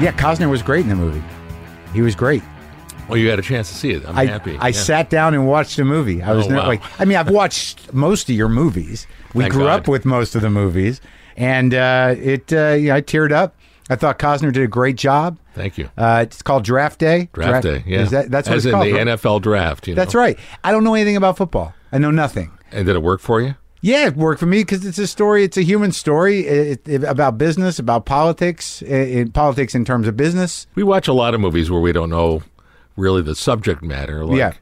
Yeah, Costner was great in the movie. He was great. Well, you had a chance to see it. I'm I, happy. I Yeah. sat down and watched a movie. I was Oh, not wow. like, I mean, I've watched most of your movies. We Thank grew God. up with most of the movies, and uh, it. Uh, you know, I teared up. I thought Costner did a great job. Thank you. Uh, it's called Draft Day. Draft day. Yeah. Is that, that's what As it's in called. the right? NFL draft. You know? That's right. I don't know anything about football. I know nothing. And did it work for you? Yeah, it worked for me because it's a story. It's a human story it, it, about business, about politics, i- in politics in terms of business. We watch a lot of movies where we don't know really the subject matter. Like Yeah.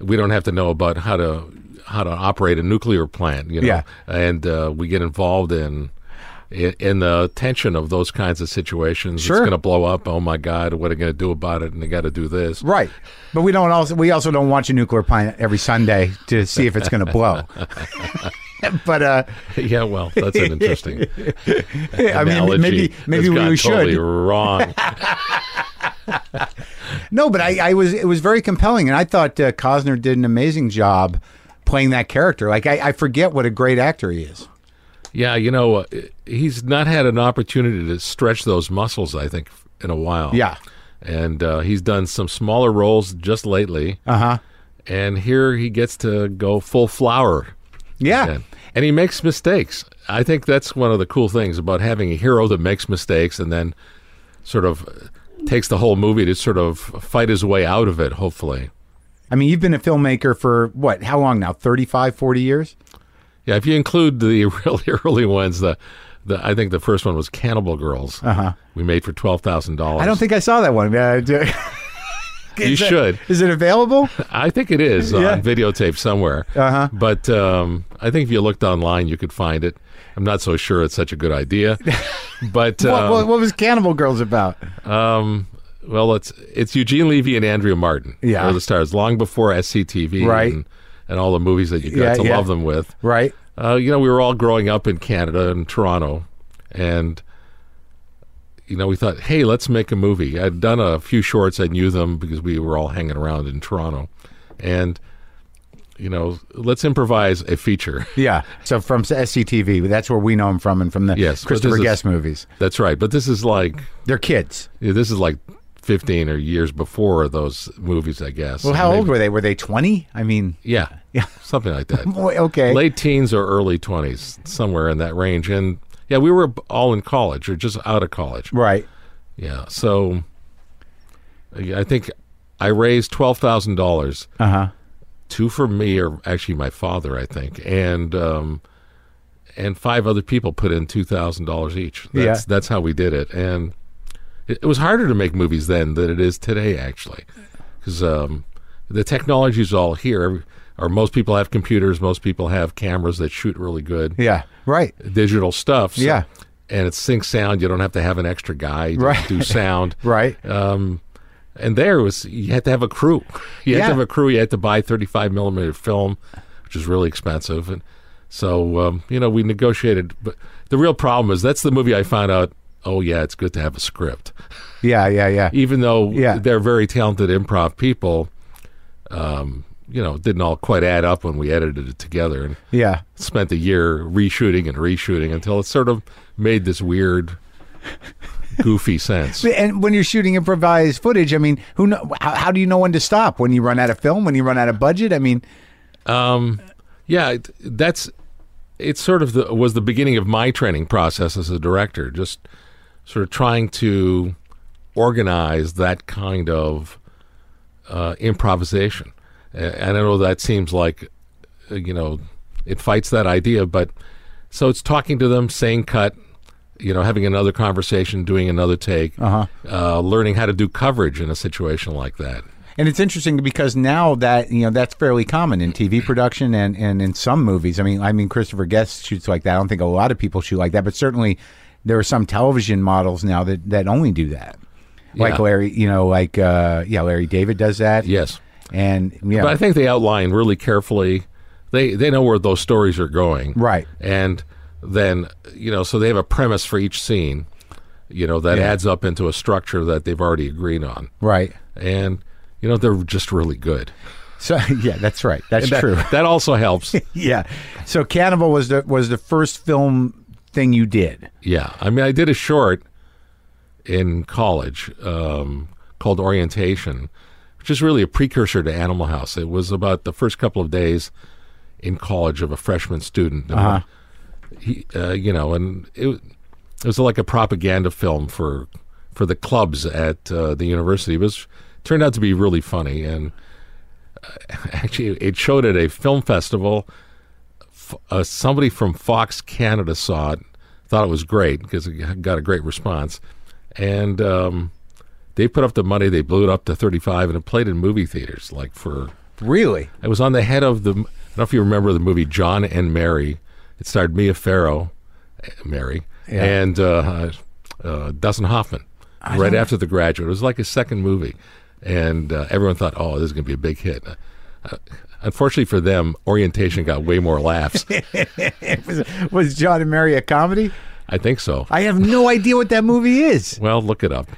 we don't have to know about how to how to operate a nuclear plant. You know, Yeah. and uh, we get involved in. i- In the tension of those kinds of situations, Sure. it's going to blow up. Oh my God! What are going to do about it? And they got to do this. Right, but we don't also we also don't watch a nuclear plant every Sunday to see if it's going to blow. but uh, yeah, well, that's an interesting. I mean, analogy. maybe It's maybe gone we should. Totally wrong. No, but I, I was it was very compelling, and I thought uh, Cosner did an amazing job playing that character. Like I, I forget what a great actor he is. Yeah, you know, uh, he's not had an opportunity to stretch those muscles, I think, in a while. Yeah. And uh, he's done some smaller roles just lately. Uh huh. And here he gets to go full flower. Yeah. again. And he makes mistakes. I think that's one of the cool things about having a hero that makes mistakes and then sort of uh, takes the whole movie to sort of fight his way out of it, hopefully. I mean, you've been a filmmaker for what? How long now? 35, 40 years? Yeah, if you include the really early ones, the, the I think the first one was Cannibal Girls. Uh-huh. We made for twelve thousand dollars. I don't think I saw that one. Uh, do- you Is that- should. Is it available? I think it is Yeah. on videotape somewhere. Uh-huh. But um, I think if you looked online, you could find it. I'm not so sure it's such a good idea. But um, what, what, what was Cannibal Girls about? um, well, it's it's Eugene Levy and Andrea Martin. Yeah. were the stars long before SCTV, Right. And, and all the movies that you got Yeah, to yeah. love them with. Right. Uh, you know, we were all growing up in Canada and Toronto, and you know, we thought, hey, let's make a movie. I'd done a few shorts. I knew them because we were all hanging around in Toronto, and you know, let's improvise a feature. Yeah. So from SCTV, that's where we know him from, and from the Yes, but Christopher this is- Guest movies. That's right. But this is like They're kids. this is like fifteen or years before those movies, I guess. Well, how Maybe- old were they? Were they twenty? I mean, Yeah, Yeah. something like that. boy, okay. Late teens or early twenties, somewhere in that range. And yeah, we were all in college or just out of college. Right. Yeah. So yeah, I think I raised twelve thousand dollars, Uh huh. two for me or actually my father, I think, and um, and five other people put in two thousand dollars each. That's, Yeah. That's how we did it, and it, it was harder to make movies then than it is today, actually, because um, the technology's all here. Or most people have computers. Most people have cameras that shoot really good Yeah. Right. digital stuff. so- Yeah. And it's sync sound. You don't have to have an extra guy to Right. do sound. Right. Um, and there was you had to have a crew. You had Yeah. to have a crew. You had to buy 35 millimeter film, which is really expensive. And so um, you know we negotiated. But the real problem is that's the movie I found out. Oh yeah, it's good to have a script, Yeah. Yeah. Yeah. even though Yeah. they're very talented improv people. Um, you know, it didn't all quite add up when we edited it together. And Yeah. spent the year reshooting and reshooting until it sort of made this weird, goofy sense. And when you're shooting improvised footage, I mean, who know? How, how do you know when to stop? When you run out of film? When you run out of budget? I mean, Um, yeah, it, that's it. Sort of the, was the beginning of my training process as a director, just sort of trying to organize that kind of uh, improvisation. A- And I know that seems like, uh, you know, it fights that idea, but so it's talking to them, saying cut, you know, having another conversation, doing another take, uh learning how to do coverage in a situation like that. and it's interesting because now that you know that's fairly common in TV production and and in some movies. I mean, I mean, Christopher Guest shoots like that. I don't think a lot of people shoot like that, but certainly there are some television models now that that only do that. Like Yeah. Larry, you know, like uh, yeah, Larry David does that. Yes. and yeah, But I think they outline really carefully. They they know where those stories are going, Right. And then you know, so they have a premise for each scene, you know, that adds up into a structure that they've already agreed on, right. and you know, they're just really good. So yeah, that's right. That's That- true. That also helps. yeah. So Cannibal was the was the first film thing you did. Yeah, I mean, I did a short in college um, called Orientation, which is really a precursor to Animal House. It was about the first couple of days in college of a freshman student. And He, uh, you know, and it, it was like a propaganda film for for the clubs at uh, the university. It was turned out to be really funny, and uh, actually, it showed at a film festival uh, somebody from Fox Canada saw it, thought it was great because it got a great response, and um, they put up the money. They blew it up to thirty-five, and it played in movie theaters. Like for Really? it was on the head of the. I don't know if you remember the movie John and Mary. It starred Mia Farrow, eh, Mary, Yeah. and uh, uh, Dustin Hoffman. right after The Graduate, it was like his second movie, and uh, everyone thought, "Oh, this is going to be a big hit." Uh, uh, unfortunately for them, Orientation got way more laughs. Was, was John and Mary a comedy? I think so. I have no idea what that movie is. Well, look it up.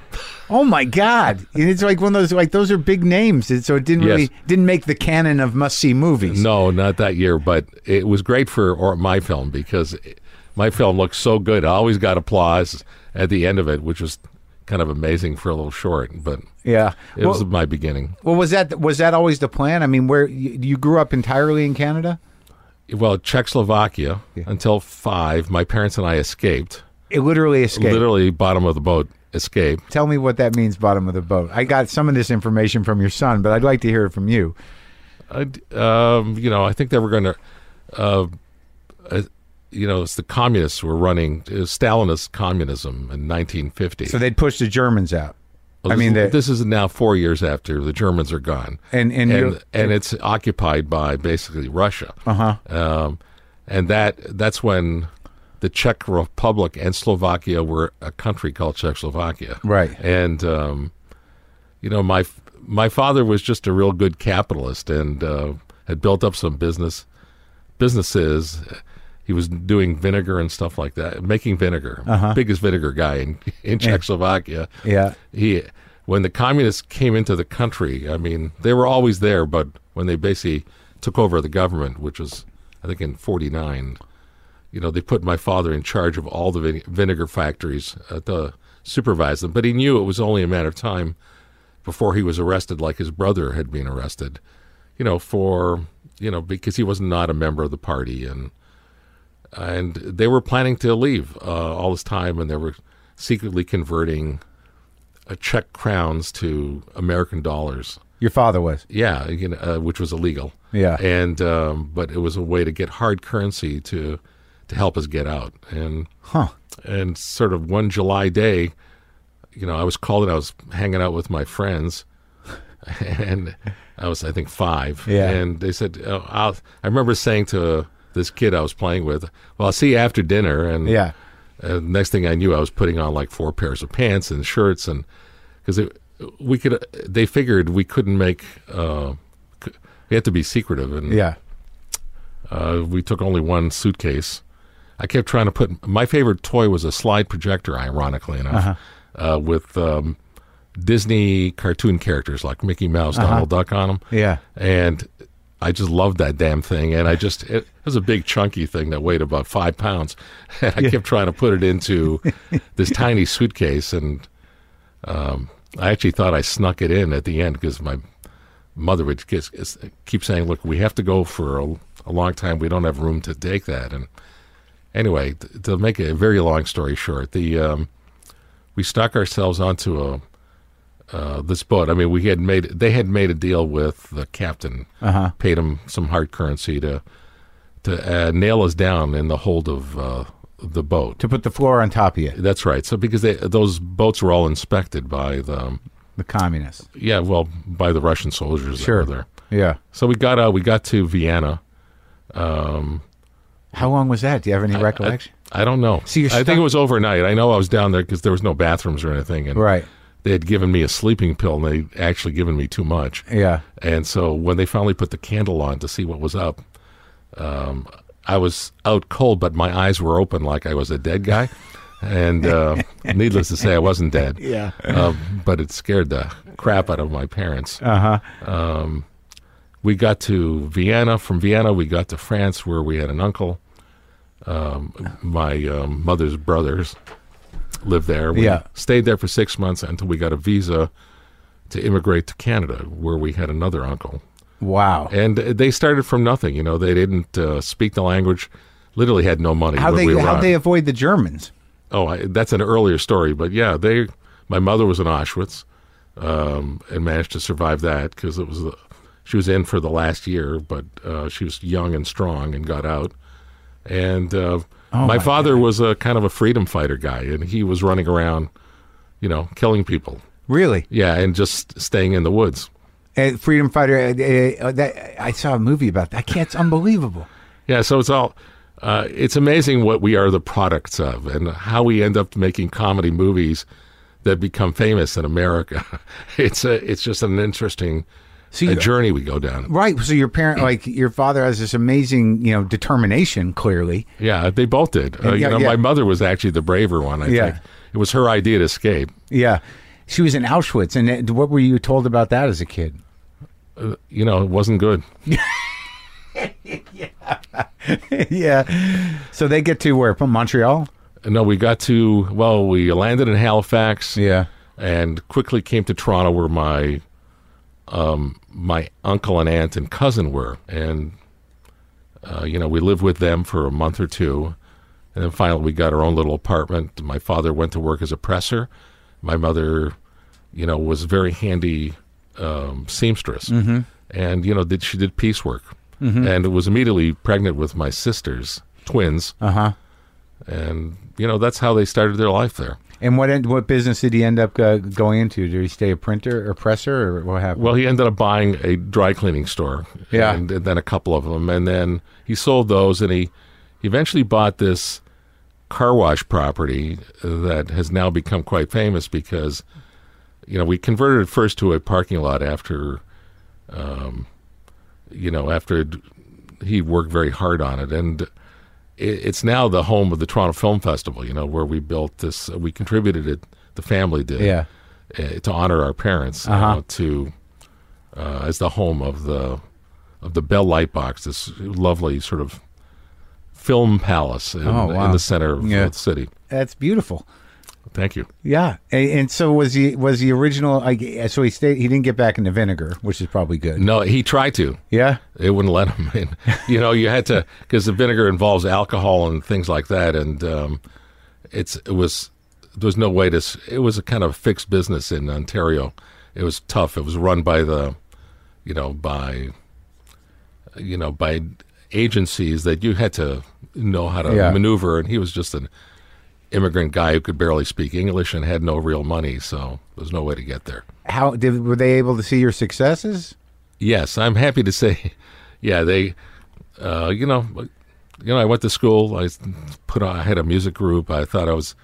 Oh my god! And it's like one of those like those are big names, and so it didn't Yes. really didn't make the canon of must see movies. No, not that year, but it was great for or my film because it, my film looked so good. I always got applause at the end of it, which was kind of amazing for a little short, but Yeah. it was well, my beginning. well, was that was that always the plan? I mean, where you, you grew up entirely in Canada? Well, Czechoslovakia Yeah. until five. My parents and I escaped. It literally escaped. Literally, bottom of the boat escape. Tell me what that means, bottom of the boat. I got some of this information from your son, but I'd like to hear it from you. I d um, you know, I think they were going to, uh, uh, you know, it's the communists were running it was Stalinist communism in 1950. So they'd push the Germans out. Well, I this- mean, the- this is now four years after the Germans are gone, And and, and you- and, it's occupied by basically Russia. Uh-huh. Um, and that that's when the Czech Republic and Slovakia were a country called Czechoslovakia. Right. And um, you know, my f- my father was just a real good capitalist and uh, had built up some business businesses. He was doing vinegar and stuff like that, making vinegar. Uh-huh. Biggest vinegar guy in, in Czechoslovakia Yeah. he when the communists came into the country i mean they were always there but when they basically took over the government which was i think in 49 you know they put my father in charge of all the vin- vinegar factories uh, to supervise them but he knew it was only a matter of time before he was arrested like his brother had been arrested you know for you know because he was not a member of the party and and they were planning to leave uh, all this time and they were secretly converting uh, Czech crowns to American dollars. Your father was. Yeah, you know, uh, which was illegal. Yeah. and um, but it was a way to get hard currency to to help us get out. And Huh. and sort of one July day, you know, I was called and I was hanging out with my friends, and I was I think five. Yeah. and they said oh, I'll, I remember saying to this kid I was playing with, "Well, I'll see you after dinner." And Yeah. uh, next thing I knew, I was putting on like four pairs of pants and shirts, and because we could, they figured we couldn't make. Uh, c- we had to be secretive, and Yeah. uh, we took only one suitcase. I kept trying to put my favorite toy was a slide projector, ironically enough, uh with um, Disney cartoon characters like Mickey Mouse, Donald Duck on them Yeah. and I just loved that damn thing. And I just it, was a big chunky thing that weighed about five pounds. And I kept trying to put it into this tiny suitcase, and um, I actually thought I snuck it in at the end because my mother would kiss, keep saying, "Look, we have to go for a, a long time. We don't have room to take that." And anyway, t- to make a very long story short, the um, we stuck ourselves onto a uh, this boat. I mean, we had made they had made a deal with the captain, Uh-huh. paid him some hard currency to to uh, nail us down in the hold of uh, the boat. To put the floor on top of you, That's right. So because they, those boats were all inspected by the um, the communists. yeah, well, by the Russian soldiers Sure. that were there. Yeah. So we got uh, we got to Vienna. How long was that? Do you have any recollection? I don't know. So you're I stuck- think it was overnight. I know I was down there because there was no bathrooms or anything, and right. they had given me a sleeping pill, and they actually given me too much. Yeah. And so when they finally put the candle on to see what was up, um, I was out cold, but my eyes were open like I was a dead guy. And uh, needless to say, I wasn't dead. Yeah. Uh-huh. Uh, but it scared the crap out of my parents. Uh huh. we got to Vienna. From Vienna, we got to France, where we had an uncle. Um, my um, mother's brothers lived there. We Yeah. stayed there for six months until we got a visa to immigrate to Canada, where we had another uncle. Wow. And uh, they started from nothing. You know, they didn't uh, speak the language. Literally had no money How when they we how arrived. they avoid the Germans? Oh, I, that's an earlier story, but yeah, they. My mother was in Auschwitz, um, and managed to survive that because it was the, she was in for the last year, but uh, she was young and strong and got out. And uh, my, Oh my father was a kind of a freedom fighter guy, and he was running around, you know, killing people. Really? Yeah, and just staying in the woods. Uh, Freedom Fighter. Uh, uh, that, I saw a movie about that. I can't. It's unbelievable. Yeah, so it's all. Uh, it's amazing what we are the products of, and how we end up making comedy movies that become famous in America. it's a, it's just an interesting So uh, you, journey we go down. right. So your parent, like your father, has this amazing, you know, determination. Clearly, Yeah, they both did. Uh, yeah, you know, yeah. my mother was actually the braver one. I Yeah. think it was her idea to escape. yeah. She was in Auschwitz, and it- what were you told about that as a kid? You know, it wasn't good. yeah. So they get to where from Montreal. No, we got to well, we landed in Halifax. Yeah. and quickly came to Toronto where my um, my uncle and aunt and cousin were, and uh, you know we lived with them for a month or two, and then finally we got our own little apartment. My father went to work as a presser. My mother, you know, was a very handy um, seamstress, and you know did she did piecework, and was immediately pregnant with my sisters twins, Uh huh. and you know that's how they started their life there. And what end, what business did he end up uh, going into? Did he stay a printer or presser or what happened? Well, he ended up buying a dry cleaning store, Yeah. and, and then a couple of them, and then he sold those, and he he eventually bought this car wash property that has now become quite famous because you know we converted it first to a parking lot after, um, you know, after d- he worked very hard on it, and it, it's now the home of the Toronto Film Festival. You know, where we built this, we contributed it, the family did, yeah. uh, to honor our parents you Uh-huh. know, to uh, as the home of the of the Bell Lightbox, this lovely sort of film palace in, Oh, wow. in the center of Yeah. the city. That's beautiful. Thank you. Yeah. And, and so was he was the original I, so he stayed he didn't get back into vinegar, which is probably good. No, he tried to. Yeah. It wouldn't let him in. You know, you had to because the vinegar involves alcohol and things like that, and um, it's it was there was no way to. s- It was a kind of fixed business in Ontario. It was tough. It was run by the, you know, by, you know, by agencies that you had to know how to Yeah. maneuver, and he was just an immigrant guy who could barely speak English and had no real money, so there's no way to get there. How did were they able to see your successes? Yes, I'm happy to say, yeah, they, uh, you know, you know, I went to school. I s- put on, I had a music group. I thought I was,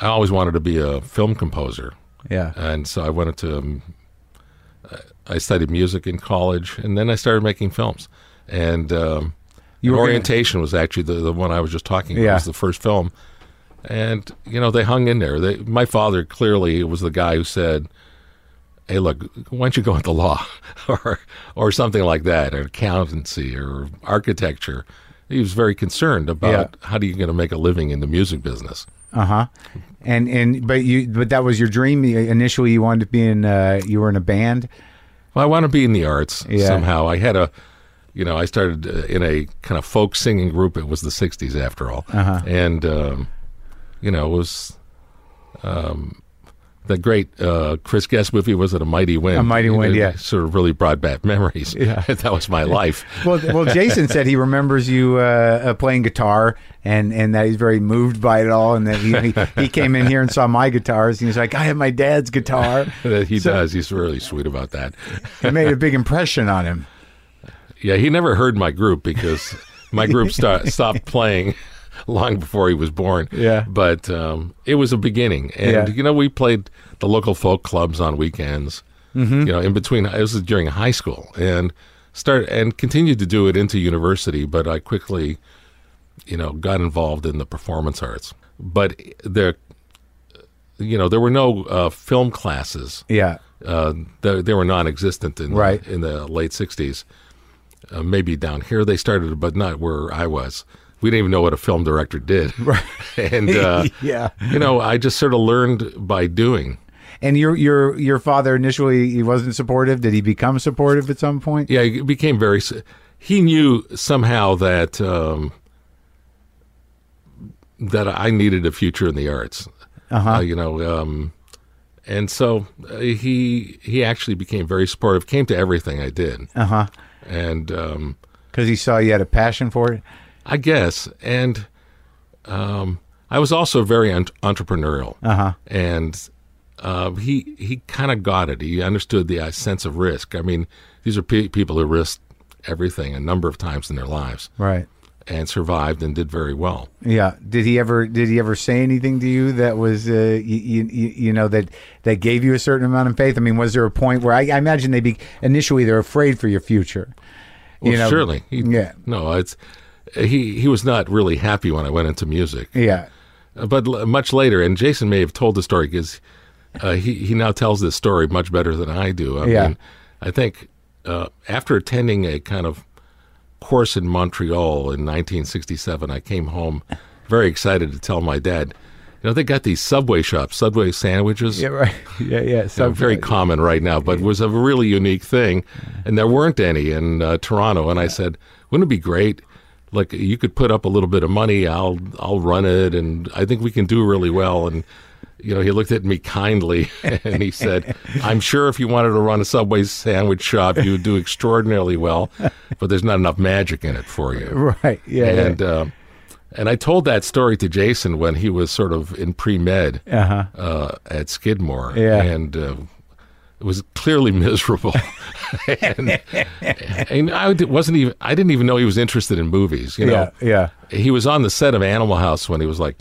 I always wanted to be a film composer, Yeah. and so I went to, um, I I studied music in college, and then I started making films. And um, You were gonna- orientation was actually the, the one I was just talking about. Yeah. It was the first film, and you know they hung in there. They, my father clearly was the guy who said hey, look, why don't you go into law or or something like that, or accountancy or architecture? He was very concerned about how do you going to make a living in the music business. Uh-huh. And and but you but that was your dream You- initially you wanted to be in uh you were in a band. Well, I want to be in the arts Yeah. somehow. I had a, you know, I started uh, in a kind of folk singing group. It was the '60s after all, Uh-huh. and um, you know, it was. Um, the great uh, Chris Guest movie was it a Mighty Wind? A Mighty It- Wind, it yeah. Sort of really brought back memories. Yeah. that was my life. Well, well, Jason said he remembers you uh, uh, playing guitar, and, and that he's very moved by it all, and that he, he, he came in here and saw my guitars, and he's like, "I have my dad's guitar." he So- does. He's really sweet about that. It made a big impression on him. Yeah, he never heard my group because my group sta- stopped playing long before he was born. Yeah. But um, it was a beginning. And, Yeah. you know, we played the local folk clubs on weekends, Mm-hmm. you know, in between. It was during high school and start and continued to do it into university. But I quickly, you know, got involved in the performance arts. But the you know, there were no uh, film classes. Yeah. Uh, they, they were non-existent in Right. in the late '60s. Uh, maybe down here they started, but not where I was. We didn't even know what a film director did. Right. and uh, Yeah. you know, I just sort of learned by doing. And your your your father initially he wasn't supportive. Did he become supportive at some point? Yeah, it became very. s- He knew somehow that um, that I needed a future in the arts. Uh, you know, um, and so uh, he he actually became very supportive. Came to everything I did, Uh huh. and um, Because he saw you had a passion for it. I guess, and um, I was also very un- entrepreneurial, Uh-huh. and uh, he he kind of got it. He understood the uh, sense of risk. I mean, these are pe- people who risked everything a number of times in their lives Right. and survived and did very well. Yeah. Did he ever did he ever say anything to you that was uh, you, you you know that that gave you a certain amount of faith? I mean, was there a point where I, I imagine they be initially they're afraid for your future? Well, You know, surely, he, yeah. No, it's he he was not really happy when I went into music. Yeah. but l- much later, and Jason may have told the story because uh, he he now tells this story much better than I do. I Yeah. mean, I think uh, after attending a kind of course in Montreal in 1967, I came home very excited to tell my dad. You know, they got these Subway shops, Subway sandwiches. Yeah. Right. Yeah. Yeah. They're So very common right now, but was a really unique thing, and there weren't any in uh, Toronto. And I said, "Wouldn't it be great? Like you could put up a little bit of money. I'll I'll run it, and I think we can do really well." And you know, he looked at me kindly, and he said, "I'm sure if you wanted to run a Subway sandwich shop, you would do extraordinarily well, but there's not enough magic in it for you." right. Yeah. and um, and I told that story to Jason when he was sort of in pre med yeah. Uh huh. uh, at Skidmore, Yeah. and uh, it was clearly miserable. and and I d- wasn't even I didn't even know he was interested in movies. You Yeah. know, Yeah. he was on the set of Animal House when he was like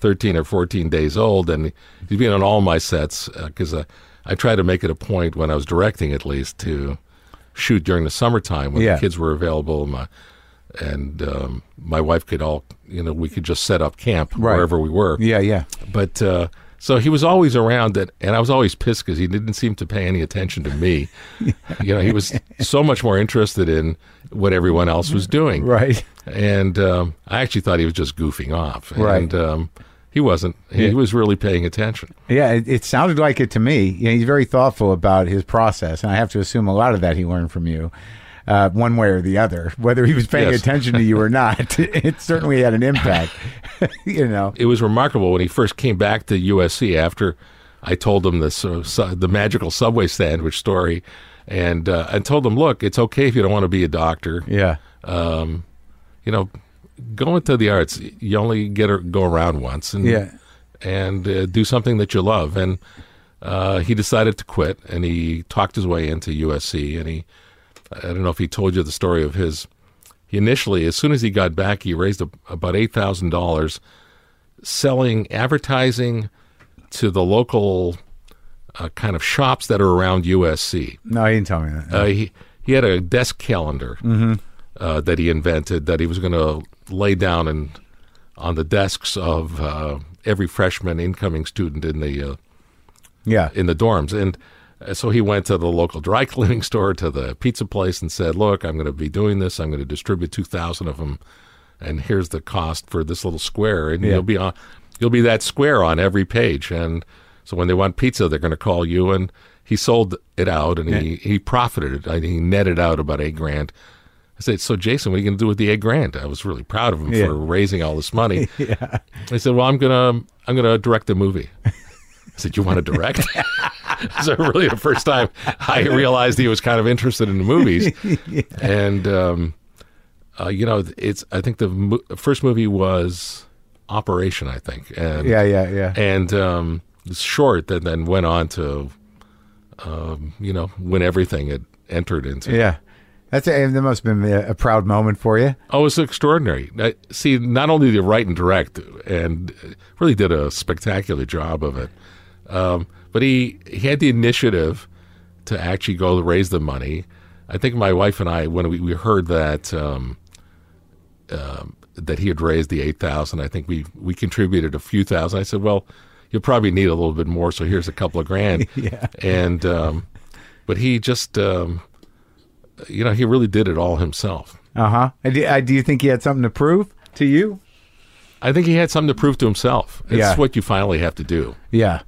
thirteen or fourteen days old, and he'd been on all my sets because uh, I tried to make it a point when I was directing, at least, to shoot during the summertime when Yeah. the kids were available. My, and um, my wife could all, you know, we could just set up camp Right. wherever we were Yeah. Yeah. but uh, so he was always around that and i was always pissed because he didn't seem to pay any attention to me you know he was so much more interested in what everyone else was doing Right. and um, i actually thought he was just goofing off Right. and um, he wasn't he, Yeah. was really paying attention Yeah, it, it sounded like it to me. You know, he's very thoughtful about his process, and I have to assume a lot of that he learned from you, uh, one way or the other. Whether he was paying Yes. attention to you or not, it certainly had an impact. you know, it was remarkable when he first came back to usc after i told him this uh, su- the magical subway sandwich story and uh, i told him look it's okay if you don't want to be a doctor yeah, um, you know, go into the arts. You only get to go around once, and yeah, and uh, do something that you love. And uh, he decided to quit, and he talked his way into USC. And he, I don't know if he told you the story of his. He initially, as soon as he got back, he raised a, about eight thousand dollars, selling advertising to the local uh, kind of shops that are around USC. no, he didn't tell me that. Uh, he he had a desk calendar uh, that he invented that he was going to lay down and on the desks of uh, every freshman incoming student in the uh, yeah, in the dorms and. uh, So he went to the local dry cleaning store, to the pizza place, and said, "Look, I'm going to be doing this. I'm going to distribute two thousand of them, and here's the cost for this little square, and Yeah. you'll be on, you'll be that square on every page. And so when they want pizza, they're going to call you. And he sold it out, and he he profited it. I, he netted out about eight grand. I said, "So Jason, what are you going to do with the eight grand?" I was really proud of him Yeah. for raising all this money. I said, "Well, I'm gonna I'm gonna direct a movie." I said, "You want to direct?" so really, the first time I realized he was kind of interested in the movies, and um, uh, you know, it's I think the mo- first movie was Operation, I think, and yeah, yeah, yeah. and um, it's short that then went on to, um, you know, win everything it entered into. yeah. That's a, that must have been a, a proud moment for you. Oh, it's extraordinary. I- See, not only did write and direct, and uh, really did a spectacular job of it, um, but he, he had the initiative to actually go raise the money. I think my wife and I, when we, we heard that um, um, that he had raised the eight thousand, I think we we contributed a few thousand. I said, "Well, you'll probably need a little bit more. So here's a couple of grand. yeah. And, um, but he just, um, you know, he really did it all himself. Uh huh. I, do- I, do you think he had something to prove to you? I think he had something to prove to himself. It's Yeah. what you finally have to do. Yeah.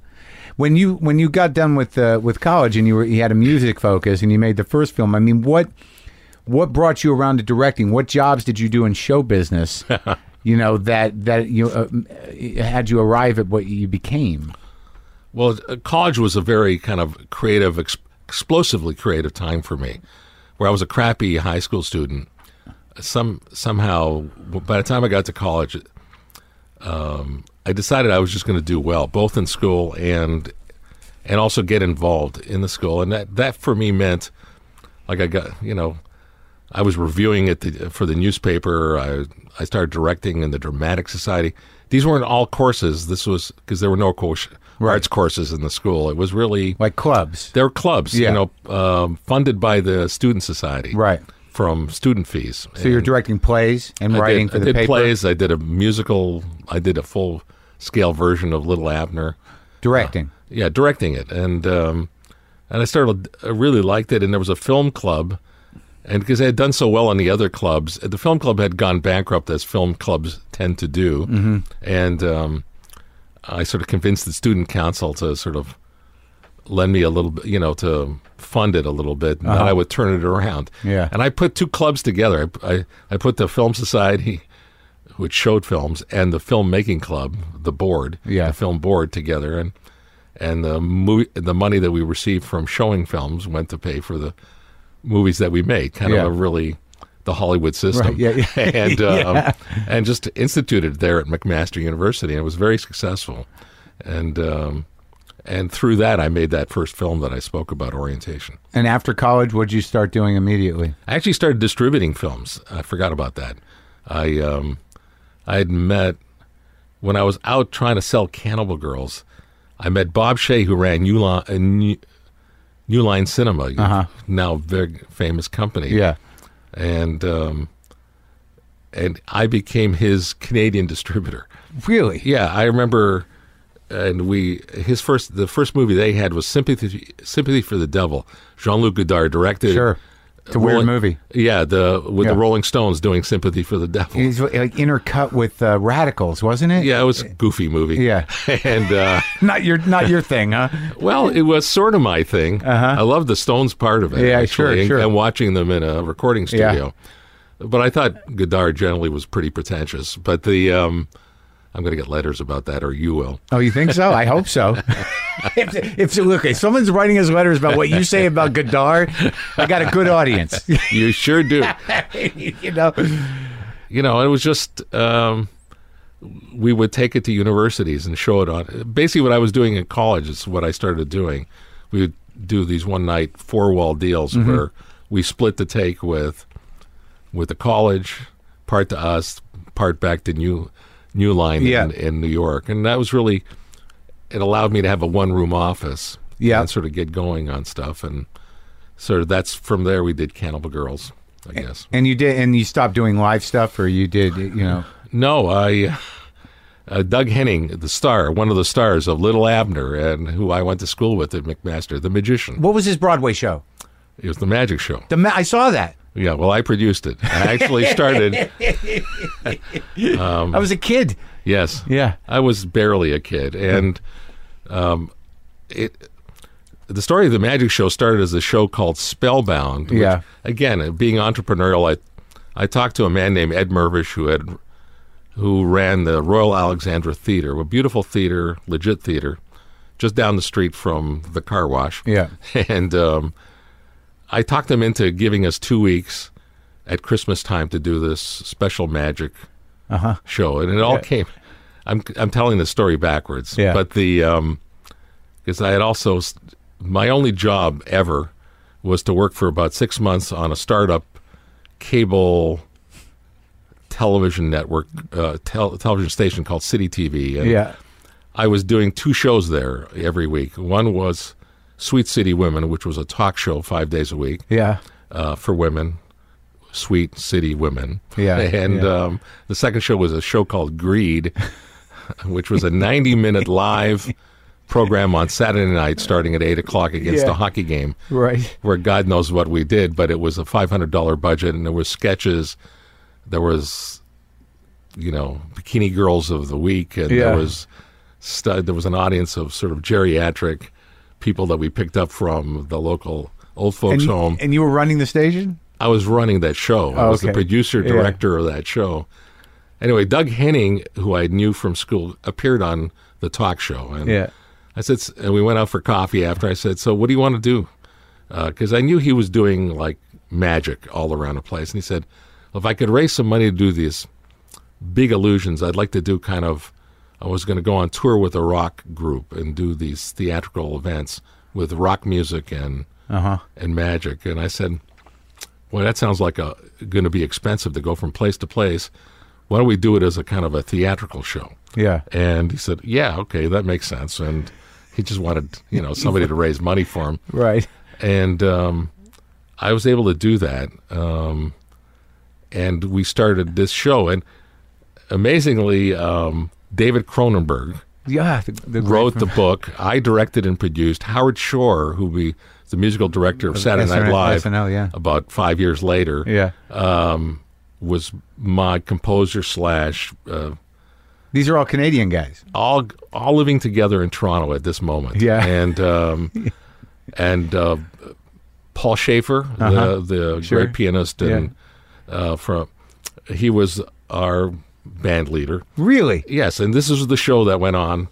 When you when you got done with uh, with college and you were you had a music focus and you made the first film, I mean, what what brought you around to directing? What jobs did you do in show business? you know that that you uh, had you arrive at what you became. Well, uh, college was a very kind of creative, ex- explosively creative time for me, where I was a crappy high school student. Some somehow, by the time I got to college, um, I decided I was just going to do well, both in school and and also get involved in the school, and that that for me meant like I got you know. I was reviewing it the, for the newspaper. I I started directing in the Dramatic Society. These weren't all courses. This was because there were no course, arts courses in the school. It was really Like clubs. there were clubs, Yeah. you know, um, funded by the student society, Right. From student fees. So you're directing plays and writing I did, for the I did paper. plays. I did a musical. I did a full scale version of Little Abner Directing. yeah, directing it, and um, and I started I really liked it, and there was a film club, and because I had done so well on the other clubs, the film club had gone bankrupt, as film clubs tend to do, Mm-hmm. and um, I sort of convinced the student council to sort of lend me a little bit, you know, to fund it a little bit, and then I would turn it around. Uh-huh. Yeah. and I put two clubs together. I I, I put the film society. Which showed films and the filmmaking club, the board, Yeah. the film board together, and and the movie, the money that we received from showing films went to pay for the movies that we made. Kind Yeah. of a really the Hollywood system, Right, yeah, yeah. and um, Yeah. and just instituted there at McMaster University, and it was very successful. And um, and through that, I made that first film that I spoke about, orientation. And after college, what did you start doing immediately? I actually started distributing films. I forgot about that. I um, I had met when I was out trying to sell Cannibal Girls. I met Bob Shea, who ran New Line, uh, New, New Line Cinema, now very famous company. Uh-huh. Yeah. and um, and I became his Canadian distributor. Really? Yeah, I remember, and we his first the first movie they had was Sympathy Sympathy for the Devil. Jean Luc Godard directed. Sure. It's a weird Rolling- movie. Yeah, the with Yeah. the Rolling Stones doing "Sympathy for the Devil." It's like intercut with uh, radicals, wasn't it? yeah, it was a goofy movie. Yeah. and uh, Not your not your thing, huh? well, it was sort of my thing. I love the Stones part of it. Uh-huh. Yeah, actually, sure, and, sure. and watching them in a recording Yeah. studio. But I thought Godard generally was pretty pretentious. But the um, I'm going to get letters about that, or you will. Oh, you think so? I hope so. if, if look, if someone's writing us letters about what you say about Godard, I got a good audience. You sure do. you know, you know, it was just um, we would take it to universities and show it on. Basically, what I was doing in college is what I started doing. We would do these one night four wall deals Mm-hmm. where we split the take with with the college part to us, part back to new new line Yeah. in, in New York, and that was really it allowed me to have a one room office. Yeah. and sort of get going on stuff, and sort of that's from there we did Cannibal Girls, I guess. and you did, and you stopped doing live stuff, or you did, you know, No, I. Uh, Doug Henning, the star, one of the stars of Little Abner, and who I went to school with at McMaster, the magician. what was his Broadway show? It was the magic show. The ma- I saw that. Yeah, well, I produced it. I actually started. Um, I was a kid. yes, Yeah. I was barely a kid, and um, it. The story of the magic show started as a show called Spellbound. which, Yeah. Again, uh, being entrepreneurial, I, I talked to a man named Ed Mervish who had, who ran the Royal Alexandra Theater, a beautiful theater, legit theater, just down the street from the car wash. Yeah. And um, I talked them into giving us two weeks at Christmas time to do this special magic Uh-huh. show, and it all came. I'm I'm telling the story backwards, Yeah. but the because I had also s- my only job ever was to work for about six months on a startup cable television network uh, tel- television station called City TV, and Yeah. I was doing two shows there every week. One was Sweet City Women, which was a talk show five days a week Yeah. uh, for women, sweet city women. Yeah, And yeah. Um, the second show was a show called Greed, which was a 90 minute live program on Saturday night starting at 8 o'clock against Yeah. a hockey game Right. where God knows what we did, but it was a $500 budget and there were sketches. There was, you know, Bikini Girls of the Week and Yeah. there was stu- there was an audience of sort of geriatric people that we picked up from the local old folks And, you- home. and you were running the station? I was running that show. I was the Okay. producer Yeah. director of that show. Anyway, Doug Henning, who I knew from school, appeared on the talk show, and I said, s- and we went out for coffee after. I said, so what do you want to do? Because I knew he was doing like magic all around the place, and he said, well, if I could raise some money to do these big illusions, I'd like to do kind of. I was going to go on tour with a rock group and do these theatrical events with rock music and Uh huh. and magic. And I said, "Well, that sounds like a going to be expensive to go from place to place. Why don't we do it as a kind of a theatrical show?" Yeah. And he said, "Yeah, okay, that makes sense." And he just wanted, you know, somebody to raise money for him. Right. And um, I was able to do that. Um, and we started this show. And amazingly, um, David Cronenberg, Yeah. The, the great- wrote the book. I directed and produced. Howard Shore, who be the musical director of Saturday Night SNL, Live, SNL, Oh, yeah. about five years later, Yeah. was my composer slash uh, These are all Canadian guys. all all living together in Toronto at this moment. Yeah. and um, and uh, Paul Schaefer, Uh-huh. the the Sure. great pianist, and uh, from he was our band leader. Really? Yes, and this is the show that went on.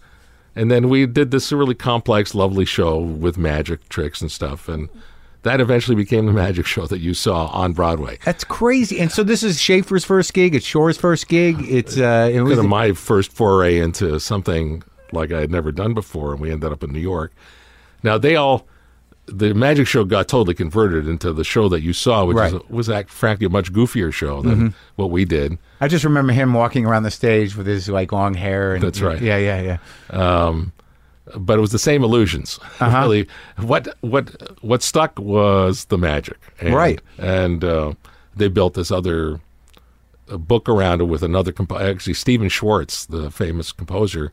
And then we did this really complex, lovely show with magic tricks and stuff. And that eventually became the magic show that you saw on Broadway. That's crazy. And so this is Schaefer's first gig. It's Shore's first gig. It's uh, it was Kind of my first foray into something like I had never done before, and we ended up in New York. Now, they all, the magic show got totally converted into the show that you saw, which is, Right. Mm-hmm. was act, frankly a much goofier show than what we did. I just remember him walking around the stage with his like long hair. And, That's right. Yeah, yeah, yeah. but it was the same illusions. Uh-huh. Really, what what what stuck was the magic, and, Right. And uh, they built this other uh, book around it with another comp- actually Stephen Schwartz, the famous composer,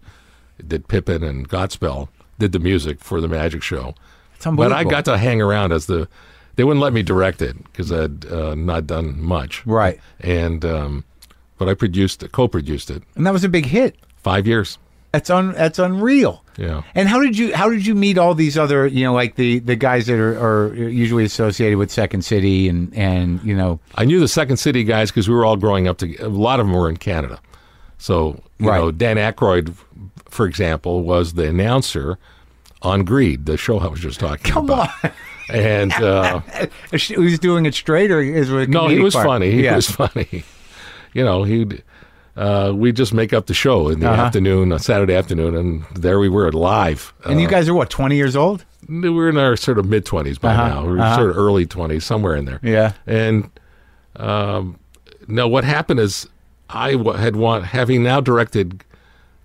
did Pippin and Godspell, did the music for the magic show. It's unbelievable. But I got to hang around as the they wouldn't let me direct it because I'd uh, not done much, right, and um, but I produced co-produced it and that was a big hit. five years. That's un that's unreal. Yeah. And how did you how did you meet all these other you know like the the guys that are, are usually associated with Second City and and you know I knew the Second City guys because we were all growing up. To, a lot of them were in Canada, so you Right. know Dan Aykroyd, for example, was the announcer on Greed, the show I was just talking come about. on And uh, who's doing it straight or is it a no, he comedic was part? funny. He yeah. was funny. You know, he'd uh, we just make up the show in the Uh-huh. afternoon, on Saturday afternoon, and there we were live. and you guys are what twenty years old we were in our sort of mid twenties by Uh-huh, now. We were uh-huh. sort of early twenties, somewhere in there. yeah And um, now, what happened is, I w- had want having now directed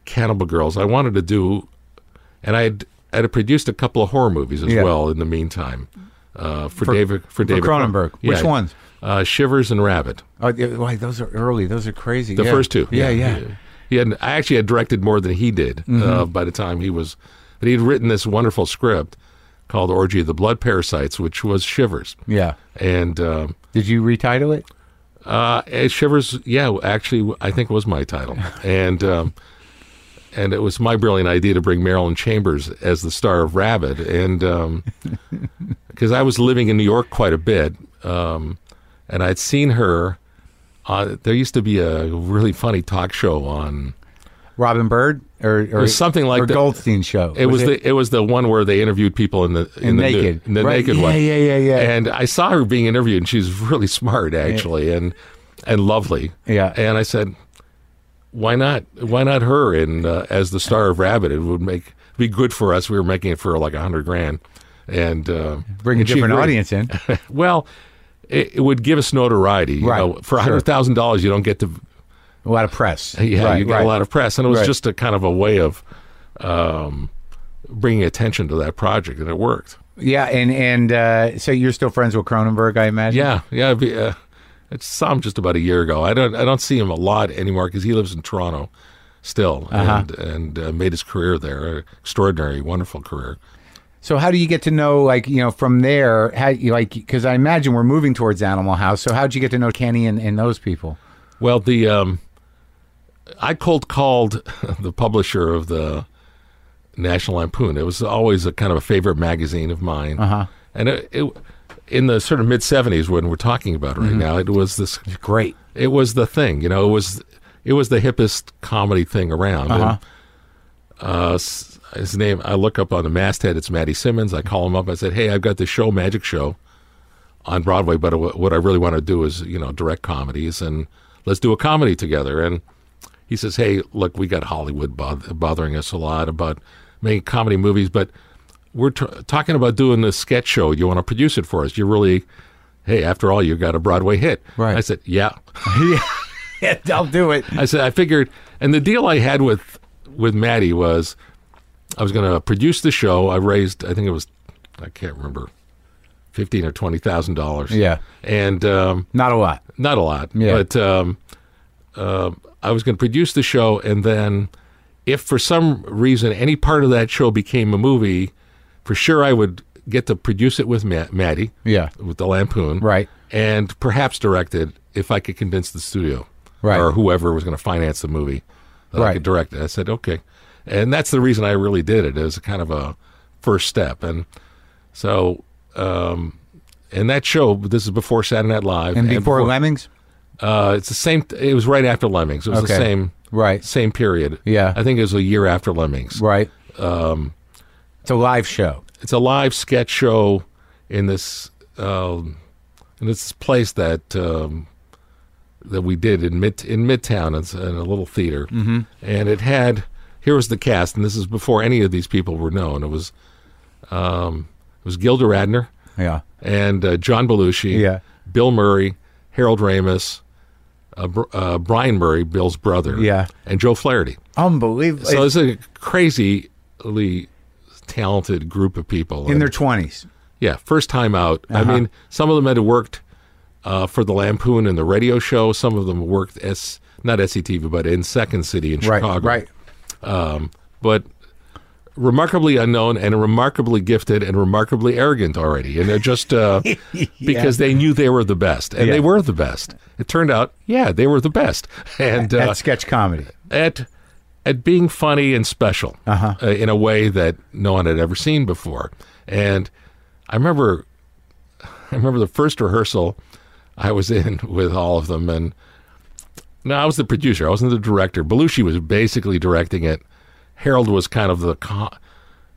Cannibal Girls. I wanted to do, and I had, I had produced a couple of horror movies as Yeah. well in the meantime uh, for, David for David Cron- Cronenberg. Yeah. Which ones? Uh, Shivers and Rabbit, oh yeah, why those are early those are crazy the yeah. first two. yeah yeah, Mm-hmm. He had I actually had directed more than he did uh, by the time he was, but he had written this wonderful script called Orgy of the Blood Parasites, which was Shivers, Yeah. and. Um, did you retitle it Uh, it shivers. Yeah, actually, I think was my title, and um, and it was my brilliant idea to bring Marilyn Chambers as the star of Rabbit, and because I was living in New York quite a bit, um, and I'd seen her. Uh, there used to be a really funny talk show on. Robin Bird or, or was something like or that. Goldstein show It was, the it was the one where they interviewed people in the in, And the naked. nude- in the Right. naked Yeah, one. yeah, yeah, yeah. And I saw her being interviewed, and she's really smart actually, and and lovely. Yeah. And I said, why not why not her in uh, as the star of Rabbit? It would make be good for us. We were making it for like a hundred grand, and uh, bring a and she different agreed. audience in Well, it, it would give us notoriety. You Right. know, for Sure. hundred thousand dollars, you don't get to a lot of press yeah, right, you got right. a lot of press, and it was Right. just a kind of a way of um, bringing attention to that project, and it worked. yeah and and uh, so you're still friends with Cronenberg I imagine Yeah, yeah. it'd be, uh, I saw him just about a year ago. I don't, I don't see him a lot anymore because he lives in Toronto, still, Uh-huh. and, and uh, made his career there. An extraordinary, wonderful career. So how do you get to know, like you know, from there? How you like? Because I imagine we're moving towards Animal House. So how'd you get to know Kenny and, and those people? Well, the um, I cold called the publisher of the National Lampoon. It was always a kind of a favorite magazine of mine, uh-huh. and it, it in the sort of mid '70s when we're talking about right now, it was this Great. it was the thing you know it was it was the hippest comedy thing around Uh-huh. And, uh, s- his name i look up on the masthead it's matty simmons i call him up i said hey i've got this show magic show on broadway but wh- what i really want to do is you know direct comedies and let's do a comedy together and he says hey look we got hollywood both- bothering us a lot about making comedy movies but we're t- talking about doing this sketch show you want to produce it for us you really hey after all you got a broadway hit Right. i said yeah Yeah, I'll do it. I said I figured, and the deal I had with with Maddie was I was going to produce the show. I raised, I think it was, I can't remember, fifteen or twenty thousand dollars. Yeah. and um, Not a lot. not a lot, Yeah. but um, um I was going to produce the show, and then if for some reason any part of that show became a movie, for sure I would get to produce it with Ma- Maddie Yeah. with the Lampoon, Right. And perhaps directed if I could convince the studio, Right. or whoever was going to finance the movie, that I Right. could direct it. I said okay, and that's the reason I really did it as a kind of a first step, and so. um and that show, this is before Saturday Night Live, And, before, Lemmings. uh, it's the same. It was right after Lemmings. It was the Okay. same, Right. same period. Yeah. I think it was a year after Lemmings. Right. Um, it's a live show. it's a live sketch show in this um, in this place that um, that we did in mid in Midtown. It's in a little theater, mm-hmm. and it had here was the cast, and this is before any of these people were known. It was um, it was Gilda Radner Yeah. and uh, John Belushi, Yeah. Bill Murray, Harold Ramis. Uh, Br- uh, Brian Murray, Bill's brother, Yeah. and Joe Flaherty. Unbelievable. So it's a crazily talented group of people. in And- their twenties. yeah, first time out. Uh-huh. I mean, some of them had worked uh, for the Lampoon and the radio show. Some of them worked as not SCTV, but in Second City in Right. Chicago. Right. But remarkably unknown and remarkably gifted and remarkably arrogant already, and they're just uh, because they knew they were the best, and Yeah. they were the best. It turned out, yeah, they were the best, and uh, That's sketch comedy. at at being funny and special uh, in a way that no one had ever seen before. And I remember, I remember the first rehearsal I was in with all of them, and no, I was the producer. I wasn't the director. Belushi was basically directing it. Harold was kind of the ca-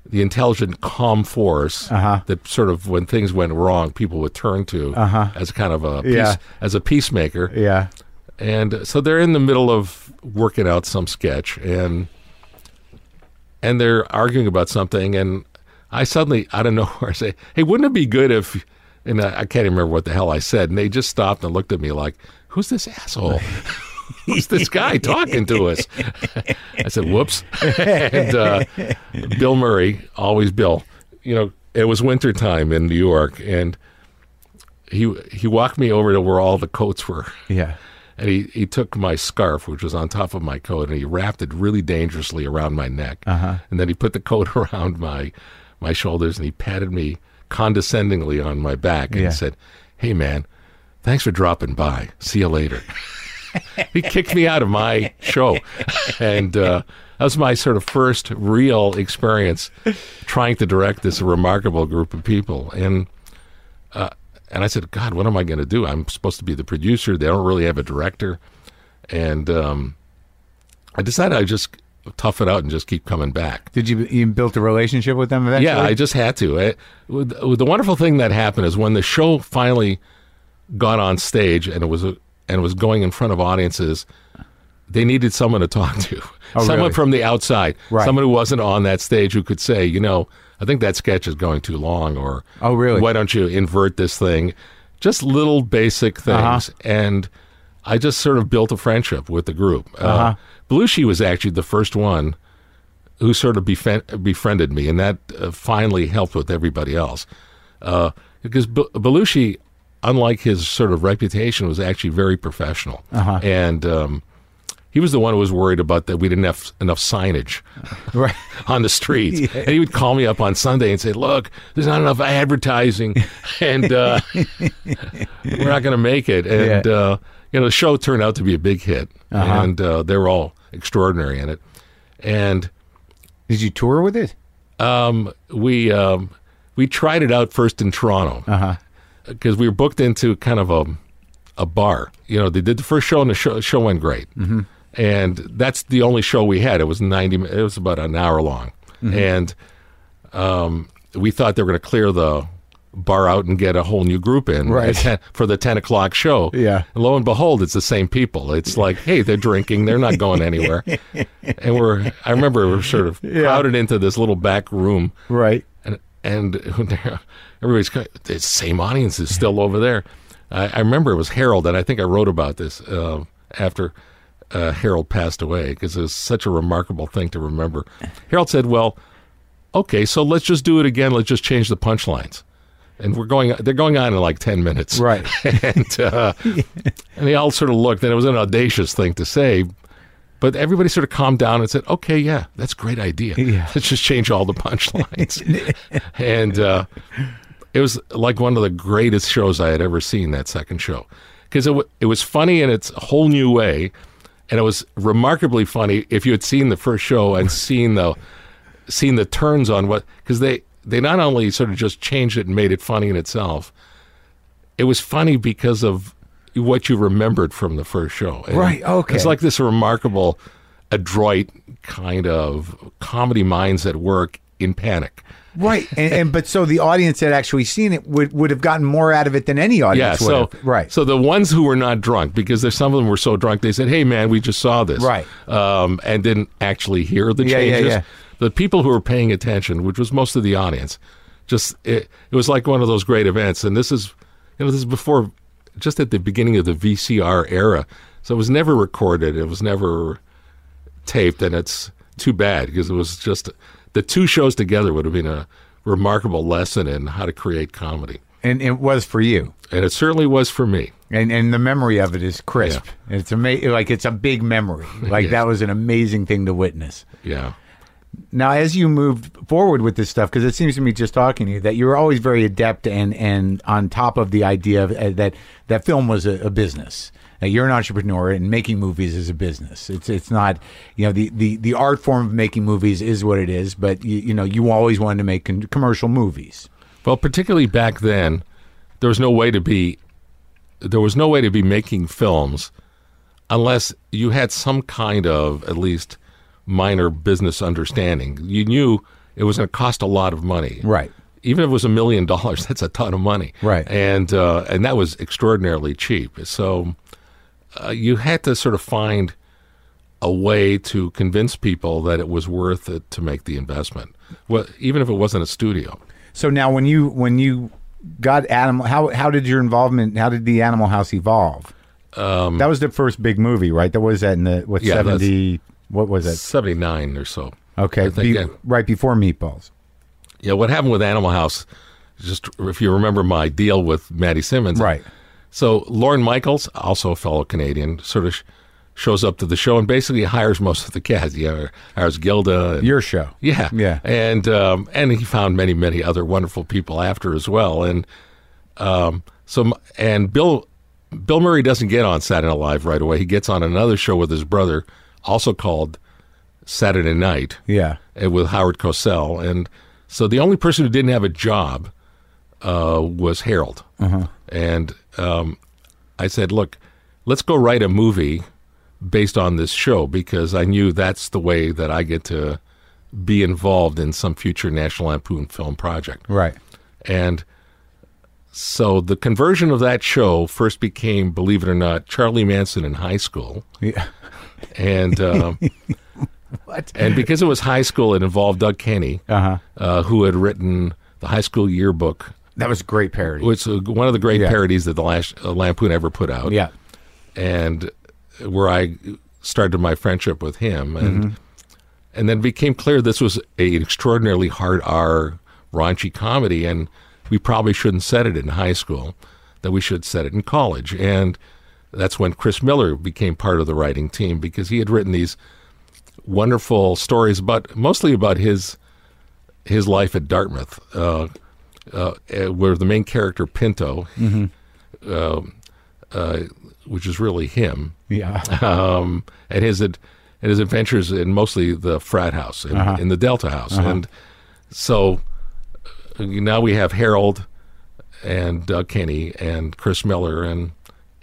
the intelligent, calm force that sort of, when things went wrong, people would turn to as kind of a peace, Yeah. as a peacemaker. Yeah. And so they're in the middle of working out some sketch and and they're arguing about something and I suddenly out of nowhere say, Hey, wouldn't it be good if and I, I can't even remember what the hell I said, and they just stopped and looked at me like, Who's this asshole? Who's this guy talking to us? I said, Whoops. and uh, Bill Murray, always Bill, you know, it was wintertime in New York and he he walked me over to where all the coats were Yeah. and he, he took my scarf, which was on top of my coat, and he wrapped it really dangerously around my neck. And then he put the coat around my my shoulders and he patted me condescendingly on my back and Yeah. said, Hey man, thanks for dropping by. See you later. he kicked me out of my show. And uh, that was my sort of first real experience trying to direct this remarkable group of people. And and I said, God, what am I going to do? I'm supposed to be the producer. They don't really have a director. And um, I decided I just tough it out and just keep coming back. Did you you built a relationship with them eventually? Yeah, I just had to. I, with- with the wonderful thing that happened is when the show finally got on stage and it was a, and was going in front of audiences, they needed someone to talk to, someone Oh, really? from the outside, Right. someone who wasn't on that stage who could say, you know, I think that sketch is going too long, or Oh, really? Why don't you invert this thing? Just little basic things, Uh-huh. and I just sort of built a friendship with the group. uh Uh-huh. Belushi was actually the first one who sort of befen- befriended me, and that uh, finally helped with everybody else. Uh, because B- Belushi, Uh-huh. unlike his sort of reputation, was actually very professional, and um, He was the one who was worried about that we didn't have enough signage Right. on the streets. And he would call me up on Sunday and say, "Look, there's not enough advertising, and uh, we're not going to make it." And Yeah. uh, you know, the show turned out to be a big hit, and uh, they were all extraordinary in it. And Did you tour with it? um, we um, we tried it out first in Toronto Uh-huh. because we were booked into kind of a a bar. You know, they did the first show and the show, show went great, mm-hmm. and that's the only show we had. It was ninety. mi- It was about an hour long, Mm-hmm. and um, we thought they were going to clear the bar out and get a whole new group in at Right. 10 for the 10 o'clock show Yeah. and lo and behold it's the same people it's like hey they're drinking they're not going anywhere and we're i remember we we're sort of crowded into this little back room Right. and and everybody's kind of, the same audience is still over there. I, I remember it was Harold, and I think I wrote about this uh, after uh, Harold passed away because it was such a remarkable thing to remember. Harold said, "Well, okay, so let's just do it again. Let's just change the punchlines." And we're going. They're going on in like ten minutes, Right. and uh, and they all sort of looked, and it was an audacious thing to say, but everybody sort of calmed down and said, "Okay, yeah, that's a great idea. Yeah. Let's just change all the punchlines." and uh, it was like one of the greatest shows I had ever seen. That second show, because it wa it was funny in its whole new way, and it was remarkably funny if you had seen the first show and seen the seen the turns on what because they they not only sort of just changed it and made it funny in itself it was funny because of what you remembered from the first show. And Right, okay. It's like this remarkable, adroit kind of comedy minds at work in panic. Right. And, and but so the audience that actually seen it would would have gotten more out of it than any Yeah. audience So would have. Right. So the ones who were not drunk, because there's some of them were so drunk, they said, "Hey, man, we just saw this," Right. Um, and didn't actually hear the Yeah, yeah, changes. yeah. The people who were paying attention, which was most of the audience, just it, it was like one of those great events. And this is, you know, this is before, just at the beginning of the VCR era, so it was never recorded. It was never taped, and it's too bad because it was just the two shows together would have been a remarkable lesson in how to create comedy. and it was for you. And it certainly was for me. And and the memory of it is crisp. It's amazing. Like it's a big memory. Like Yes. that was an amazing thing to witness. Yeah. Now, as you moved forward with this stuff, because it seems to me just talking to you that you were always very adept and and on top of the idea of, uh, that that film was a, a business. Now, you're an entrepreneur, and making movies is a business. It's it's not, you know, the the, the art form of making movies is what it is, but you, you know, you always wanted to make con- commercial movies. Well, particularly back then, there was no way to be there was no way to be making films unless you had some kind of at least minor business understanding. You knew it was going to cost a lot of money. Right. Even if it was a million dollars, that's a ton of money. Right. And uh, and that was extraordinarily cheap. So uh, you had to sort of find a way to convince people that it was worth it to make the investment. Well, even if it wasn't a studio. So now, when you when you got animal, how how did your involvement? How did the Animal House evolve? Um, that was the first big movie, right? That was that in the what Yeah, that's- seventy? What was it? 79 or so. Okay, I think, be- yeah. right before Meatballs. Yeah, what happened with Animal House, just if you remember my deal with Maddie Simmons. Right. So Lauren Michaels, also a fellow Canadian, sort of sh- shows up to the show and basically hires most of the cast. Yeah, hires Gilda. And, Your show. yeah. Yeah. And, um, and he found many, many other wonderful people after as well. And um, so, m- and Bill, Bill Murray doesn't get on Saturday Night Live right away. He gets on another show with his brother, also called Saturday Night Yeah. uh, with Howard Cosell, and so the only person who didn't have a job uh, was Harold. And um, I said, "Look, let's go write a movie based on this show because I knew that's the way that I get to be involved in some future National Lampoon film project." Right. And so the conversion of that show first became, believe it or not, Charlie Manson in high school Yeah. and um, What? and because it was high school, it involved Doug Kenny, Uh-huh. uh, who had written the high school yearbook, That was a great parody. which is one of the great Yeah. parodies that the last uh, Lampoon ever put out. yeah. and where I started my friendship with him, and and then it became clear this was an extraordinarily hard R raunchy comedy, and we probably shouldn't set it in high school, that we should set it in college, and that's when Chris Miller became part of the writing team because he had written these wonderful stories, but mostly about his his life at Dartmouth, uh, uh, where the main character Pinto, um, uh, which is really him, Yeah. um, and his ad- and his adventures in mostly the frat house in, in the Delta house, and so uh, now we have Harold and Doug Kenny and Chris Miller, and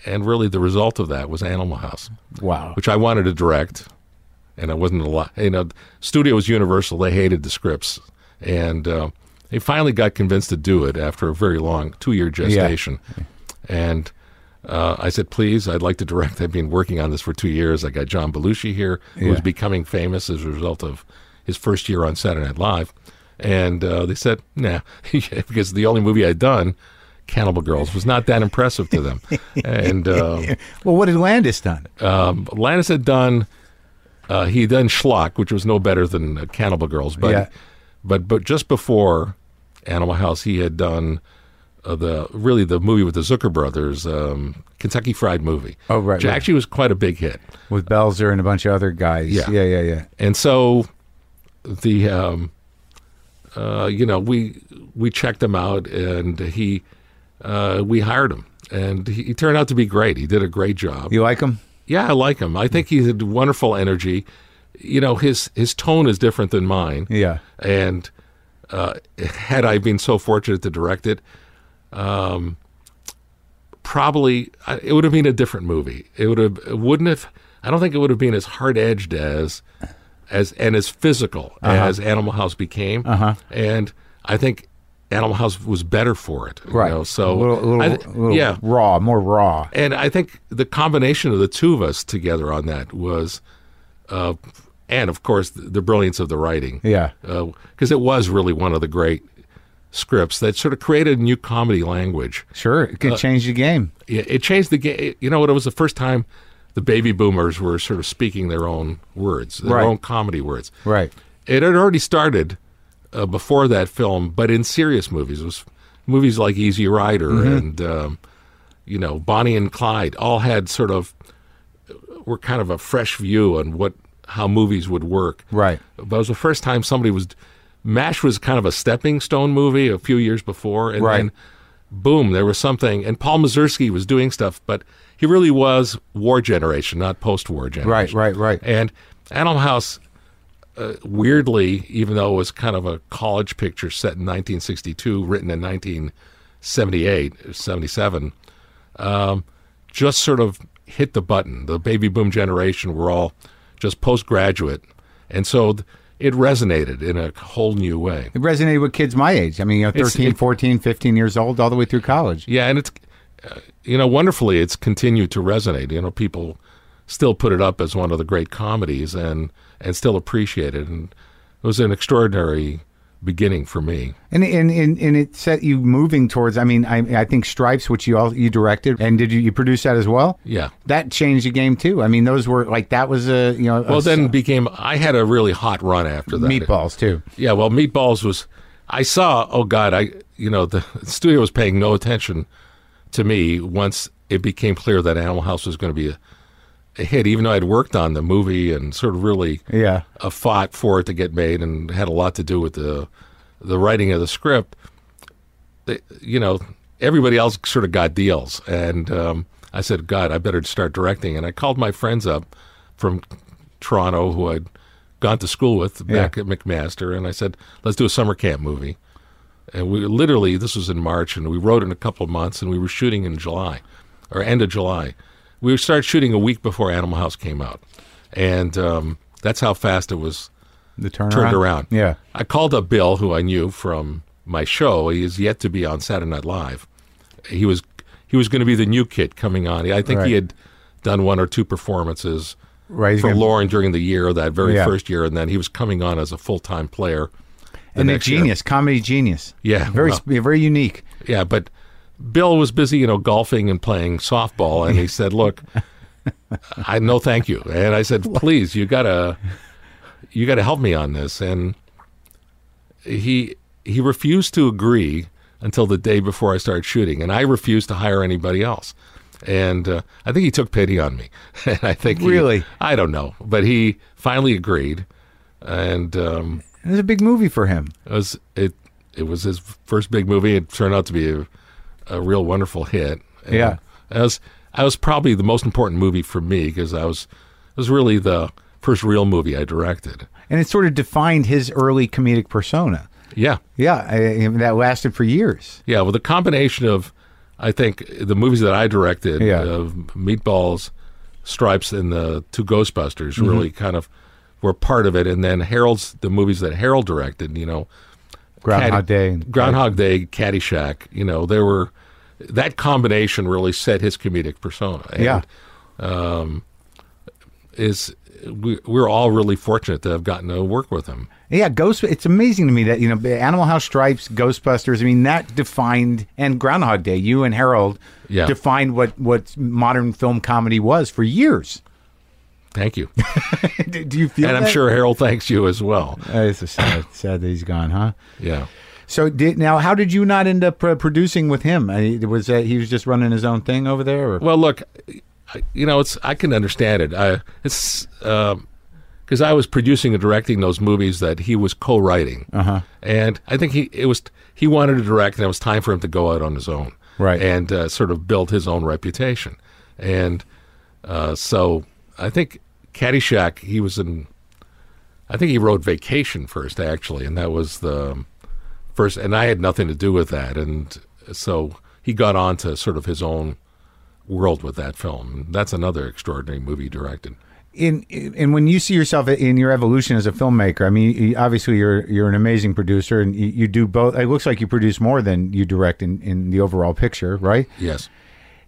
and really the result of that was Animal House, Wow. which I wanted to direct, and I wasn't allowed. You know, studio was Universal; they hated the scripts, and uh, they finally got convinced to do it after a very long two-year gestation, and. Uh, I said, please, I'd like to direct. I've been working on this for two years. I got John Belushi here, who was Yeah. becoming famous as a result of his first year on Saturday Night Live. And uh, they said, nah, because the only movie I'd done, Cannibal Girls, was not that impressive to them. and um, Well, what had Landis done? um, Lannis had done, uh, he had done Schlock, which was no better than uh, Cannibal Girls, but Yeah. but but just before Animal House, he had done uh, the really the movie with the Zucker brothers, um, Kentucky Fried Movie. Oh, right, which right. actually was quite a big hit, With Belzer and a bunch of other guys. Yeah. Yeah, yeah, yeah. and so the um, uh, you know we we checked him out, and he uh, we hired him. And he he turned out to be great. He did a great job. You like him? Yeah, I like him. I think he had wonderful energy. You know, his his tone is different than mine. Yeah. And uh, had I been so fortunate to direct it, um, probably I- it would have been a different movie. It would have it wouldn't have. I don't think it would have been as hard edged as as and as physical Uh-huh. as Animal House became. Uh-huh. And I think Animal House was better for it. you Right. know, So a little, a little, I th- a little yeah. raw, more raw. And I think the combination of the two of us together on that was, uh, and of course, the, the brilliance of the writing. Yeah. Because it was really one of the great scripts that sort of created a new comedy language. Sure. It Uh, could change the game. It, it changed the game. You know what? It was the first time the baby boomers were sort of speaking their own words, their Right. own comedy words. Right. It had already started uh, before that film, but in serious movies. It was movies like Easy Rider Mm-hmm. and, um, you know, Bonnie and Clyde all had sort of, were kind of a fresh view on what, how movies would work. Right. But it was the first time somebody was, MASH was kind of a stepping stone movie a few years before. And Right. then, boom, there was something. And Paul Mazursky was doing stuff, but he really was war generation, not post war generation. Right, right, right. And Animal House, uh, weirdly, even though it was kind of a college picture set in 1962, written in 1978 or 77, um, just sort of hit the button. The baby boom generation were all just postgraduate. And so th- it resonated in a whole new way. It resonated with kids my age. I mean, you know, It's- 13, it- 14, 15 years old, all the way through college. Yeah, and it's uh, you know wonderfully it's continued to resonate. You know, people still put it up as one of the great comedies and and still appreciate it. And it was an extraordinary beginning for me. And and, and and it set you moving towards. I mean, I I think Stripes, which you all you directed, and did you you produce that as well? Yeah. That changed the game too. I mean, those were like that was a you know. a Well, then became I had a really hot run after that. meatballs too. Yeah, well, meatballs was. I saw. Oh God, I you know the studio was paying no attention to me once it became clear that Animal House was going to be a, a hit. Even though I'd worked on the movie and sort of really Yeah. uh, fought for it to get made and had a lot to do with the the writing of the script. They, you know, everybody else sort of got deals, and um, I said, "God, I better start directing." And I called my friends up from Toronto who I'd gone to school with back at McMaster, and I said, "Let's do a summer camp movie." And we literally, this was in March, and we wrote in a couple of months, and we were shooting in July, or end of July. We started shooting a week before Animal House came out, and um, that's how fast it was The turnaround. turned around. Yeah. I called up Bill, who I knew from my show. He is yet to be on Saturday Night Live. He was he was going to be the new kid coming on. I think Right. he had done one or two performances Right. he's for gonna- Lauren during the year, that very Yeah. first year, and then he was coming on as a full time player. the and a next year. genius, comedy genius. Yeah, Very well. sp very unique. Yeah, but Bill was busy, you know, golfing and playing softball, and he said, "Look, I no, thank you." And I said, "Please, you gotta, you gotta help me on this." And he he refused to agree until the day before I started shooting, and I refused to hire anybody else. and uh, I think he took pity on me. and I think he- Really? I don't know, but he finally agreed, and um, It was a big movie for him. it was it it was his first big movie. It turned out to be a, a real wonderful hit. And Yeah. I was I was probably the most important movie for me because I was it was really the first real movie I directed. And it sort of defined his early comedic persona. Yeah, Yeah, I, I- that lasted for years. yeah. Well, the combination of I think the movies that I directed, Yeah. uh, Meatballs, Stripes, and the two Ghostbusters, Mm-hmm. really kind of were part of it. And then Harold's the movies that Harold directed. You know, Groundhog Caddy- Day. And, Groundhog Day, Caddyshack. You know, there were that combination really set his comedic persona. And, Yeah. is we, we're all really fortunate to have gotten to work with him. Yeah, Ghost. It's amazing to me that you know Animal House Stripes, Ghostbusters. I mean, that defined and Groundhog Day. You and Harold Yeah. defined what what modern film comedy was for years. Thank you, do, do you feel? and I'm that? sure Harold thanks you as well. Uh, it's a sad, sad that he's gone, huh? Yeah. So did now? How did you not end up uh, producing with him? I, was that he was just running his own thing over there? Or? Well, look, I- you know, it's I can understand it. I it's um, because I was producing and directing those movies that he was co-writing, and I think he it was he wanted to direct, and it was time for him to go out on his own, Right. and uh, sort of build his own reputation, and uh, so I think Caddyshack he was in. I think he wrote Vacation first, actually, and that was the first, and I had nothing to do with that, and so he got on to sort of his own world with that film. That's another extraordinary movie directed. in, in and when you see yourself in your evolution as a filmmaker, I mean, you- obviously you're you're an amazing producer, and you, you do both. It looks like you produce more than you direct in, in the overall picture, right? Yes.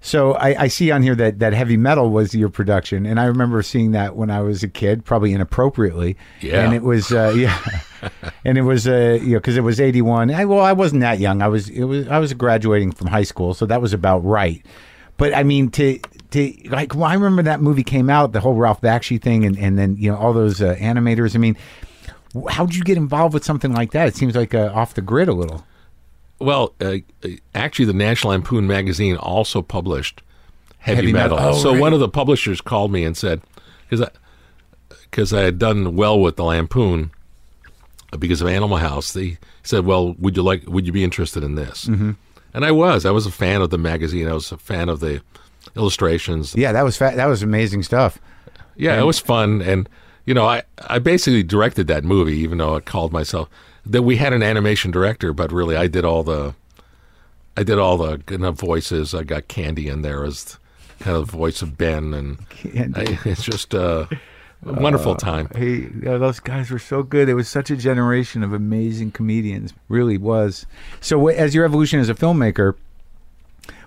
So I, I see on here that that heavy metal was your production, and I remember seeing that when I was a kid, probably inappropriately. Yeah. and it was uh, yeah, and it was uh, you know because it was eighty one. I, well, I wasn't that young. I was it was I was graduating from high school, so that was about right. But I mean to. To, like well, I remember that movie came out, the whole Ralph Bakshi thing, and, and then you know all those uh, animators. I mean, wh- how did you get involved with something like that? It seems like uh, off the grid a little. Well, uh, uh, actually, the National Lampoon magazine also published heavy, Heavy metal. metal. Oh, so right. one of the publishers called me and said, because I, 'cause I had done well with the Lampoon uh, because of Animal House, they said, "Well, would you like? Would you be interested in this?" Mm-hmm. And I was. I was a fan of the magazine. I was a fan of the illustrations, Yeah, that was fa- that was amazing stuff. Yeah, it was fun, and you know, I I basically directed that movie, even though I called myself that we had an animation director, but really I did all the, I did all the kind of voices. I got Candy in there as kind of the voice of Ben, and Candy. I- it's just a wonderful time. Hey, yeah, those guys were so good. It was such a generation of amazing comedians. Really was. So, wh- as your evolution as a filmmaker,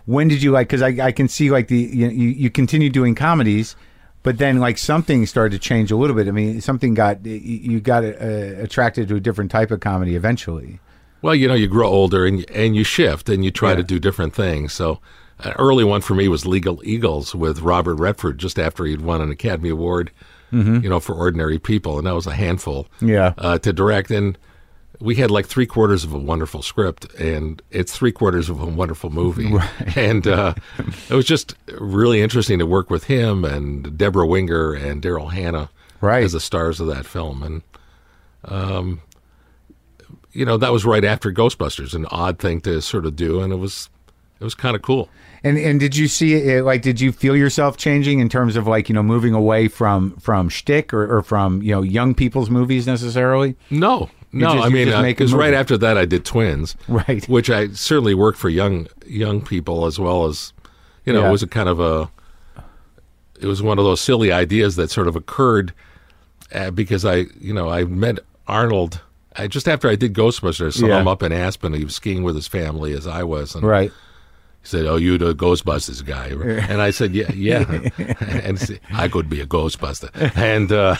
when did you like? Because I, I can see like the you, you you continued doing comedies, but then like something started to change a little bit. I mean, something got you- you got uh, attracted to a different type of comedy eventually. Well, you know, you grow older and and you shift and you try Yeah. to do different things. So, an early one for me was Legal Eagles with Robert Redford, just after he'd won an Academy Award, you know, for Ordinary People, and that was a handful. Mm-hmm. Yeah. uh, to direct, and we had like three quarters of a wonderful script, and it's three quarters of a wonderful movie, and uh, it was just really interesting to work with him and Deborah Winger and Daryl Hannah Right. as the stars of that film, and um, you know that was right after Ghostbusters, an odd thing to sort of do, and it was it was kind of cool. And and did you see it? Like, did you feel yourself changing in terms of like you know moving away from from shtick or, or from you know young people's movies necessarily? No, no. just- I you mean, just uh, make a 'cause right movie. after that, I did Twins, Right. Which I certainly worked for young young people as well as, you know, Yeah. it was a kind of a. It was one of those silly ideas that sort of occurred, uh, because I, you know, I met Arnold. I, just after I did Ghostbusters, I saw Yeah. him up in Aspen. He was skiing with his family, as I was, and Right. he said, "Oh, you the Ghostbusters guy?" And I said, "Yeah, yeah." and he said, I could be a Ghostbuster, and uh,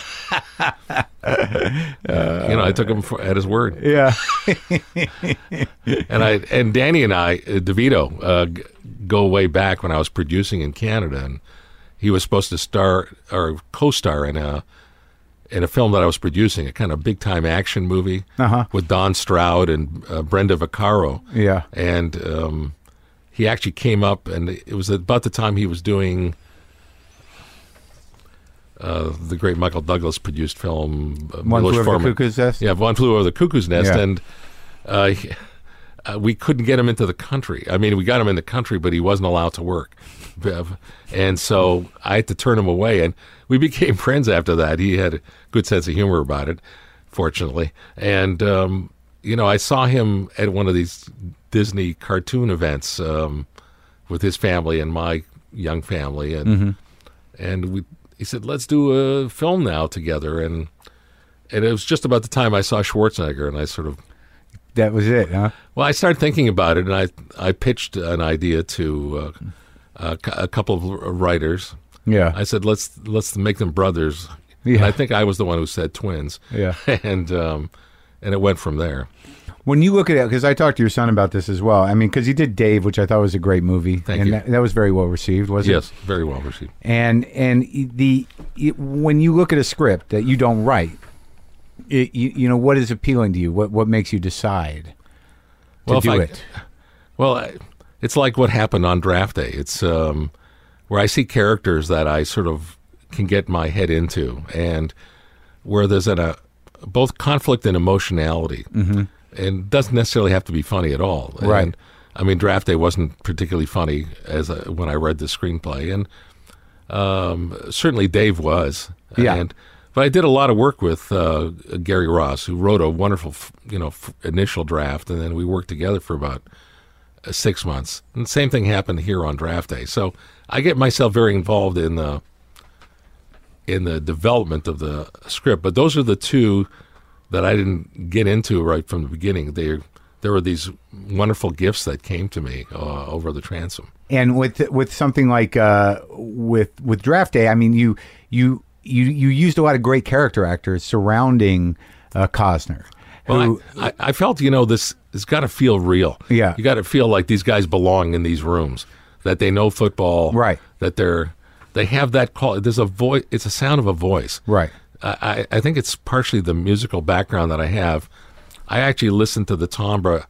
you know, I took him for, at his word. Yeah. And I and Danny and I, uh, DeVito, uh, g- go way back when I was producing in Canada, and he was supposed to star or co-star in a in a film that I was producing, a kind of big time action movie Uh-huh. with Don Stroud and uh, Brenda Vaccaro. Yeah. and um, he actually came up, and it was about the time he was doing uh, the great Michael Douglas produced film uh, One Milos flew over the Forman. cuckoo's nest. Yeah, Von flew over the cuckoo's nest, Yeah. and uh, he- uh, we couldn't get him into the country. I mean, we got him in the country, but he wasn't allowed to work. And so I had to turn him away, and we became friends after that. He had a good sense of humor about it, fortunately. And um, you know, I saw him at one of these Disney cartoon events um, with his family and my young family, and and we. He said, "Let's do a film now together," and and it was just about the time I saw Schwarzenegger, and I sort of That was it, huh? well, I started thinking about it, and I I pitched an idea to uh, a, cou- a couple of writers. Yeah. I said let's let's make them brothers. Yeah. And I think I was the one who said twins. Yeah. and um, and it went from there. When you look at it, because I talked to your son about this as well. I mean, because he did Dave, which I thought was a great movie, Thank and you. That, that was very well received, wasn't it? Yes, very well received. And and e, the it, when you look at a script that you don't write, it, you you know what is appealing to you? What what makes you decide to Well, if do I- it? Well, I, it's like what happened on draft day. It's um, where I see characters that I sort of can get my head into, and where there's an, a both conflict and emotionality, mm-hmm. and doesn't necessarily have to be funny at all. Right. And, I mean, draft day wasn't particularly funny as I, when I read the screenplay, and um, certainly Dave was. Yeah. And, but I did a lot of work with uh, Gary Ross, who wrote a wonderful, f- you know, f- initial draft, and then we worked together for about uh, six months. And the same thing happened here on draft day. So I get myself very involved in the in the development of the script. But those are the two that I didn't get into right from the beginning. They there were these wonderful gifts that came to me uh, over the transom. and with with something like uh, with with draft day, I mean you you you you used a lot of great character actors surrounding uh, Cosner. Well, who- I, I, I felt you know this has got to feel real. Yeah. you got to feel like these guys belong in these rooms, that they know football, Right. That they're they have that call. There's a voice. It's a sound of a voice, Right. I, I I think it's partially the musical background that I have. I actually listen to the timbre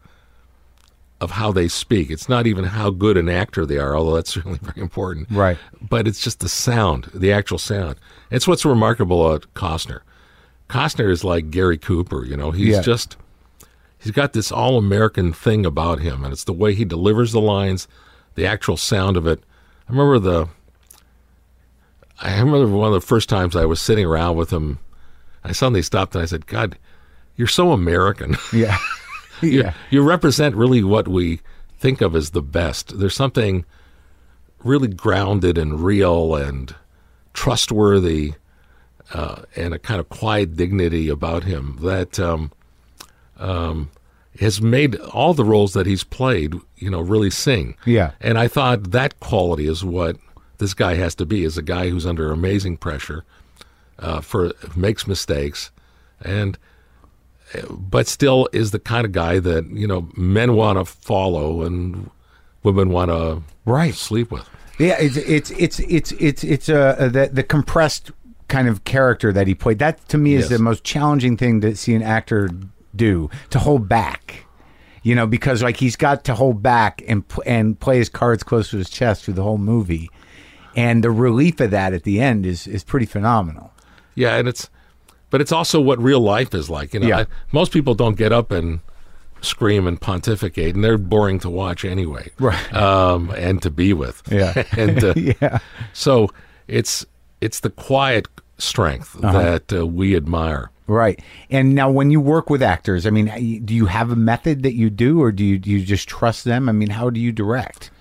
of how they speak. It's not even how good an actor they are, although that's certainly very important. Right. But it's just the sound, the actual sound. It's what's remarkable about Costner. Costner is like Gary Cooper, you know. He's Yeah. just he's got this all American thing about him, and it's the way he delivers the lines, the actual sound of it. I remember the I remember one of the first times I was sitting around with him. I suddenly stopped and I said, "God, you're so American. yeah, you, yeah, you represent really what we think of as the best. There's something really grounded and real and trustworthy, uh, and a kind of quiet dignity about him that um, um, has made all the roles that he's played, you know, really sing. Yeah. And I thought that quality is what this guy has to be: is a guy who's under amazing pressure, uh, for makes mistakes, and but still is the kind of guy that you know men want to follow and women want to Right. sleep with. yeah. It's it's it's it's it's it's uh, the the compressed kind of character that he played. That to me is Yes. the most challenging thing to see an actor do to hold back. You know, because like he's got to hold back and p- and play his cards close to his chest through the whole movie, and the relief of that at the end is is pretty phenomenal. Yeah, and it's but it's also what real life is like. You know, Yeah. I- most people don't get up and scream and pontificate, and they're boring to watch anyway, Right. Um, and to be with, Yeah. and uh, Yeah, so it's it's the quiet strength Uh-huh. that uh, we admire. right. And now, when you work with actors, I mean, I- do you have a method that you do, or do you do you just trust them? I mean, how do you direct?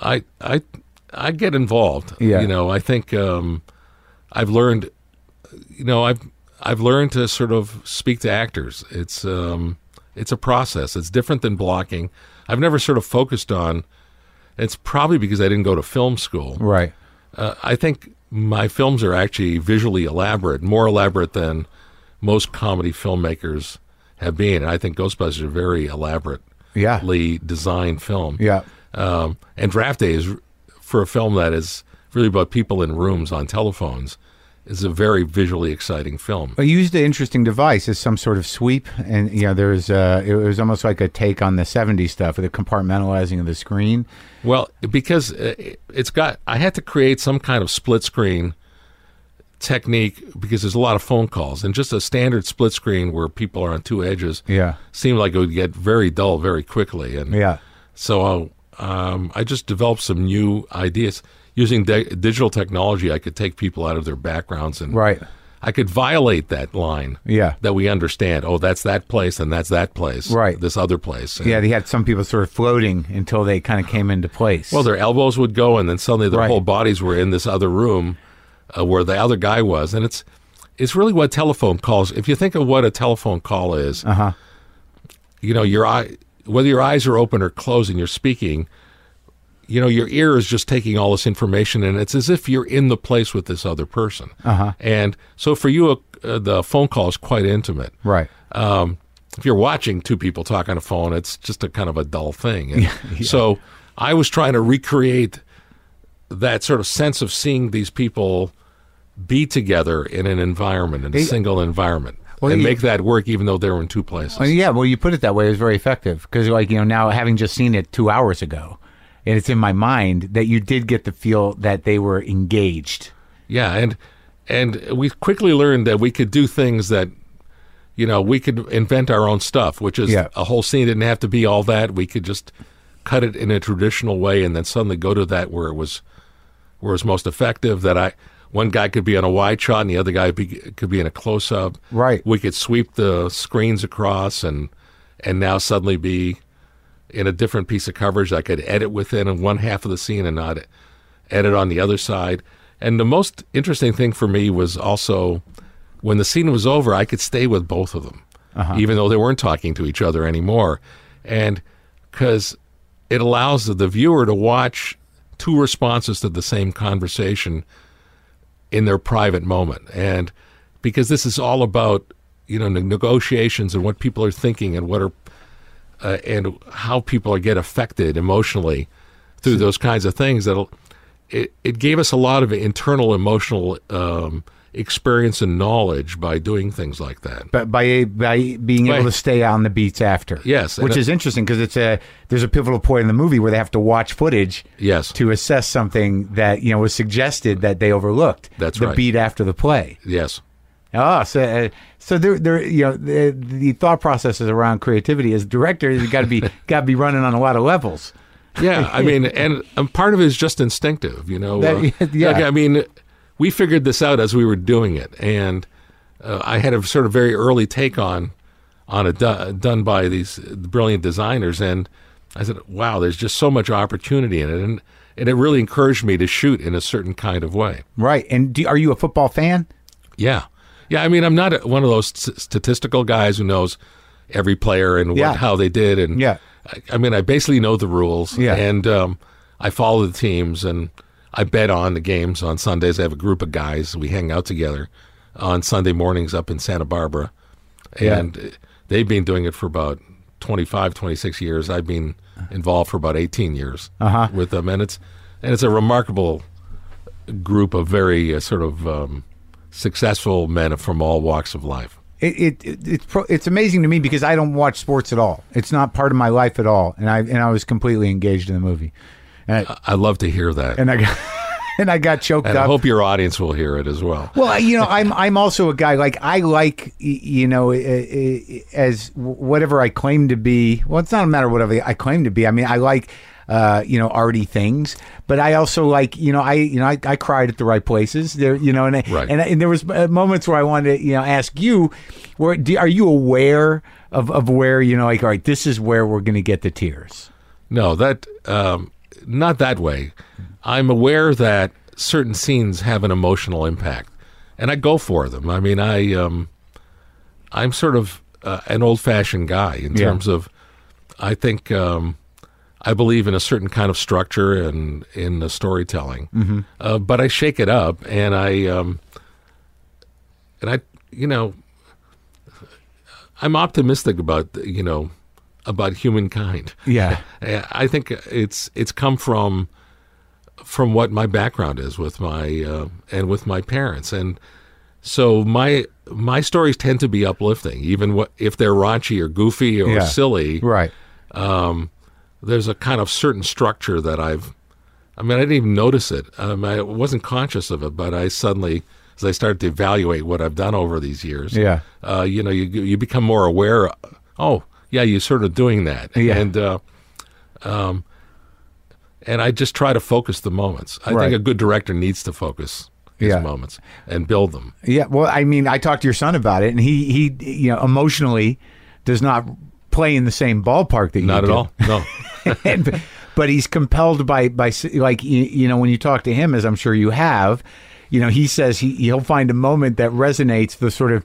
I I I get involved. Yeah. You know, I think um, I've learned. You know, I've I've learned to sort of speak to actors. It's um, it's a process. It's different than blocking. I've never sort of focused on. It's probably because I didn't go to film school. Right. Uh, I think my films are actually visually elaborate, more elaborate than most comedy filmmakers have been. And I think Ghostbusters is a very elaborately Yeah. designed film. Yeah. Um, and draft day is for a film that is really about people in rooms on telephones is a very visually exciting film. Well, you used an interesting device as some sort of sweep, and you know there's uh, it was almost like a take on the '70s stuff with the compartmentalizing of the screen. Well, because uh, it- it's got, I had to create some kind of split screen technique because there's a lot of phone calls, and just a standard split screen where people are on two edges Yeah, seemed like it would get very dull very quickly. And yeah. So um, I just developed some new ideas using di- digital technology. I could take people out of their backgrounds and Right. I could violate that line. Yeah. that we understand. Oh, that's that place, and that's that place. Right. this other place. And, Yeah, they had some people sort of floating until they kind of came into place. Well, their elbows would go, and then suddenly their Right. whole bodies were in this other room uh, where the other guy was, and it's it's really what telephone calls. If you think of what a telephone call is, Uh-huh. you know your eye, whether your eyes are open or closed, and you're speaking. You know, your ear is just taking all this information, and it's as if you're in the place with this other person. Uh-huh. And so, for you, uh, uh, the phone call is quite intimate. right. um, if you're watching two people talk on a phone, it's just a kind of a dull thing. And So I was trying to recreate that sort of sense of seeing these people be together in an environment, in a single environment, Well, and you- make that work, even though they were in two places. Well, yeah, well, you put it that way. It was very effective because, like, you know, now having just seen it two hours ago, and it's in my mind that you did get the feel that they were engaged. Yeah, and and we quickly learned that we could do things that you know, we could invent our own stuff, which is Yeah. a whole scene didn't have to be all that. We could just cut it in a traditional way and then suddenly go to that where it was where it was most effective that I one guy could be on a wide shot and the other guy be, could be in a close up. Right. We could sweep the screens across and and now suddenly be in a different piece of coverage. I could edit within in one half of the scene and not edit on the other side. And the most interesting thing for me was also when the scene was over, I could stay with both of them, even though they weren't talking to each other anymore. And because it allows the viewer to watch two responses to the same conversation in their private moment. And because this is all about, you know, ne- negotiations and what people are thinking and what are uh, and how people get affected emotionally through those kinds of things. That it it gave us a lot of internal emotional um, experience and knowledge by doing things like that. But by by being Right. able to stay on the beats after, Yes, and which it- is interesting because it's a there's a pivotal point in the movie where they have to watch footage Yes, to assess something that you know was suggested that they overlooked. That's the right. beat after the play. yes, Oh, so uh, so there, there, you know, the, the thought processes around creativity as director has got to be got to be running on a lot of levels. yeah. I mean, and, and part of it is just instinctive, you know. uh, That- yeah. like, I mean, we figured this out as we were doing it, and uh, I had a sort of very early take on on it do- done by these brilliant designers, and I said, "Wow, there's just so much opportunity in it," and and it really encouraged me to shoot in a certain kind of way. Right. And do, are you a football fan? Yeah. Yeah. I mean, I'm not a, one of those s- statistical guys who knows every player and what, Yeah. how they did. And Yeah. I, I mean, I basically know the rules. Yeah. And um, I follow the teams and I bet on the games on Sundays. I have a group of guys. We hang out together on Sunday mornings up in Santa Barbara. Yeah. And they've been doing it for about 25, 26 years. I've been involved for about 18 years Uh-huh. with them. And it's, and it's a remarkable group of very uh, sort of um, successful men from all walks of life. It, it, it it's pro, it's amazing to me because I don't watch sports at all. It's not part of my life at all, and I and I was completely engaged in the movie, and I, I love to hear that, and, and I got and I got choked I up. hope your audience will hear it as well. Well, you know, I'm I'm also a guy like I like y- you know eh, eh, eh, as w- whatever I claim to be. Well, it's not a matter of whatever I claim to be. I mean, I like uh, you know arty things, but I also like you know I you know I, I cried at the right places. There, you know, and I- Right. and, I- and there was uh, moments where I wanted to you know ask you, where do, are you aware of of where you know like all right, this is where we're going to get the tears. No, that um, not that way. I'm aware that certain scenes have an emotional impact, and I go for them. I mean, I um, I'm sort of uh, an old-fashioned guy in Yeah. terms of I think um, I believe in a certain kind of structure and in the storytelling, mm-hmm. uh, but I shake it up and I um, and I you know I'm optimistic about you know about humankind. Yeah. Uh, I think it's it's come from from what my background is with my uh, and with my parents, and So my my stories tend to be uplifting, even what, if they're raunchy or goofy or Yeah. silly. Right. There's a kind of certain structure that I've. I mean, I didn't even notice it. Um, I wasn't conscious of it, but I suddenly, as I started to evaluate what I've done over these years, Yeah. uh, you know, you you become more aware. Oh, yeah, you're sort of doing that, Yeah. and uh, um, and I just try to focus the moments. I Right. think a good director needs to focus his Yeah. moments and build them. Yeah. Well, I mean, I talked to your son about it, and he he you know emotionally does not play in the same ballpark that you Not at do. all. No. And- but he's compelled by by s- like you, you know when you talk to him, as I'm sure you have, you know he says he he'll find a moment that resonates the sort of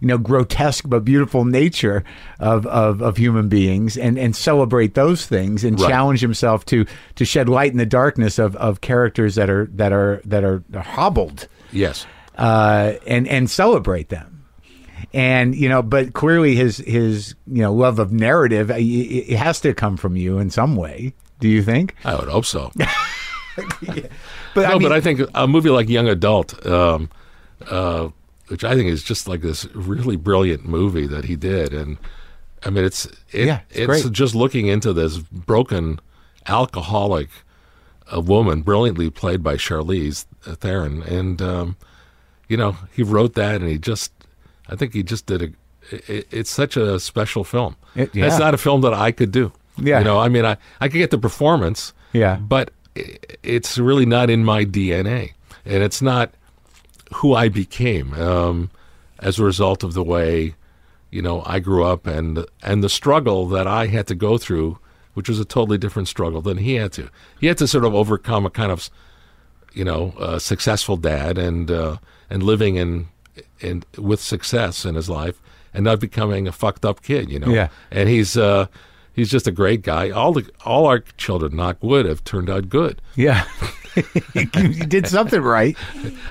you know grotesque but beautiful nature of of, of human beings and and celebrate those things and Right. challenge himself to to shed light in the darkness of of characters that are that are that are hobbled yes. uh, and and celebrate them. And you know, but clearly his his you know love of narrative uh, y- y- it has to come from you in some way. Do you think? I would hope so. But no, I mean, but I think a movie like Young Adult, um, uh, which I think is just like this really brilliant movie that he did, and I mean, it's it, Yeah, it's great. just looking into this broken alcoholic uh, woman, brilliantly played by Charlize Theron, and um, you know, he wrote that, and he just, I think he just did a. It, it's such a special film. It- yeah. That's not a film that I could do. Yeah. you know, I mean, I I could get the performance Yeah. but i- it's really not in my DNA, and it's not who I became um, as a result of the way you know I grew up and and the struggle that I had to go through, which was a totally different struggle than he had to. He had to sort of overcome a kind of you know uh, successful dad and uh, and living in and with success in his life and not becoming a fucked up kid, you know. Yeah. And he's uh, he's just a great guy. All the all our children, knock wood, have turned out good. yeah, you did something right.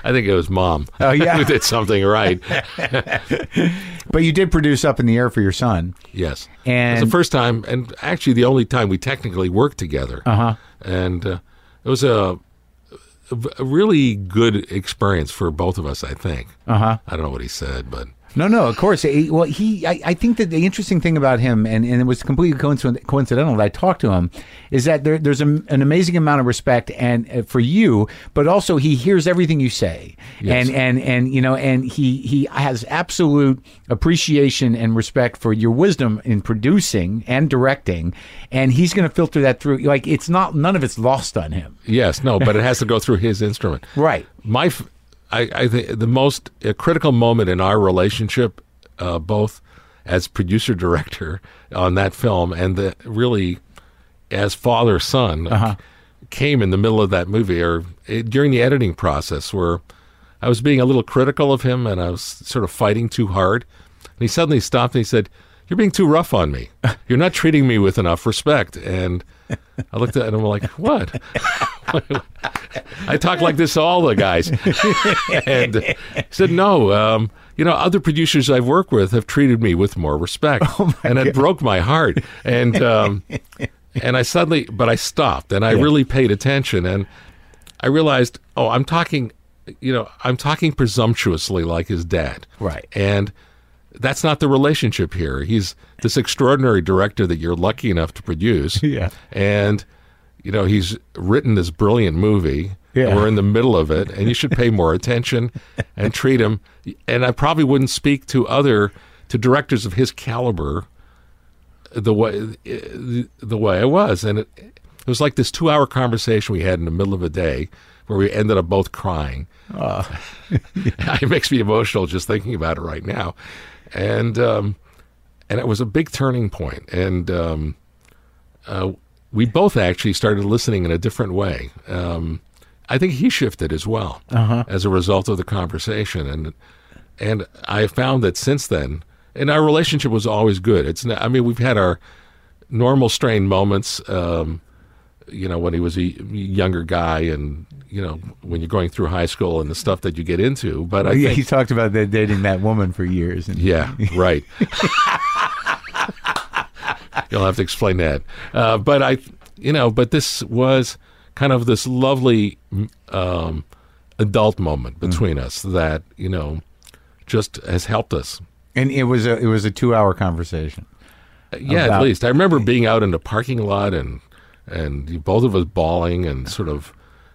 I think it was mom. Oh, yeah. who did something right. But you did produce up in the air for your son. Yes. And- it was the first time, and actually the only time we technically worked together. Uh-huh. And uh, it was a, a really good experience for both of us, I think. Uh huh. I don't know what he said, but No, no, of course. He- well, he, I, I think that the interesting thing about him, and, and it was completely coincident, coincidental that I talked to him, is that there, there's a, an amazing amount of respect and uh, for you, but also he hears everything you say, Yes. and and and you know, and he he has absolute appreciation and respect for your wisdom in producing and directing, and he's going to filter that through. Like it's not none of it's lost on him, yes, no, but it has to go through his instrument. right? my f- I, I think the most uh, critical moment in our relationship, uh, both as producer director on that film and the really as father son, came in the middle of that movie or uh during the editing process where I was being a little critical of him and I was sort of fighting too hard. And he suddenly stopped and he said, "You're being too rough on me. You're not treating me with enough respect." And I looked at him I'm like, "What?" I talk like this to all the guys. and he said, no, um, you know, other producers I've worked with have treated me with more respect. Oh and it broke my heart. And, um, and I suddenly, but I stopped and I really paid attention and I realized, oh, I'm talking, you know, I'm talking presumptuously like his dad. Right. And that's not the relationship here. He's this extraordinary director that you're lucky enough to produce. Yeah. And, you know, he's written this brilliant movie. Yeah. And we're in the middle of it, and you should pay more attention and treat him. And I probably wouldn't speak to other to directors of his caliber the way the way I was, and it, it was like this two-hour conversation we had in the middle of a day where we ended up both crying. it makes me emotional just thinking about it right now, and um, and it was a big turning point, and um, uh, we both actually started listening in a different way. Um, I think he shifted as well as a result of the conversation, and and I found that since then, and our relationship was always good. It's not, I mean we've had our normal strained moments, um, you know, when he was a younger guy, and you know when you're going through high school and the stuff that you get into. But I yeah, think he talked about that dating that woman for years, and yeah, right. You'll have to explain that. Uh, but I, you know, but this was kind of mm, Mm. this lovely um, adult moment between us that you know just has helped us. And it was a it was a two hour conversation. Uh, Yeah, About- at least I remember being out in the parking lot and and both of us bawling and sort of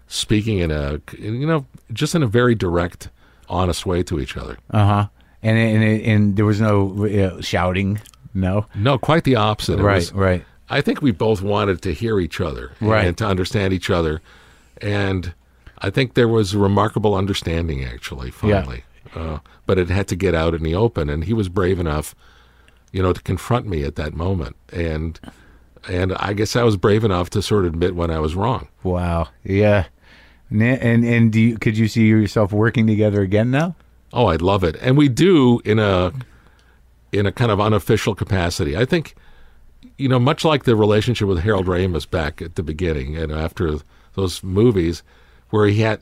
speaking in a you know just in a very direct, honest way to each other. Uh huh. And and and there was no uh, shouting. No. No, quite the opposite. It was- Right. I think we both wanted to hear each other Right. and to understand each other, and I think there was a remarkable understanding actually. Finally, uh, but it had to get out in the open, and he was brave enough, you know, to confront me at that moment, and and I guess I was brave enough to sort of admit when I was wrong. Wow. Yeah. And and, and do you, could you see yourself working together again now? Oh, I'd love it, and we do in a in a kind of unofficial capacity. I think, you know, much like the relationship with Harold Ramis back at the beginning and after those movies, where he had,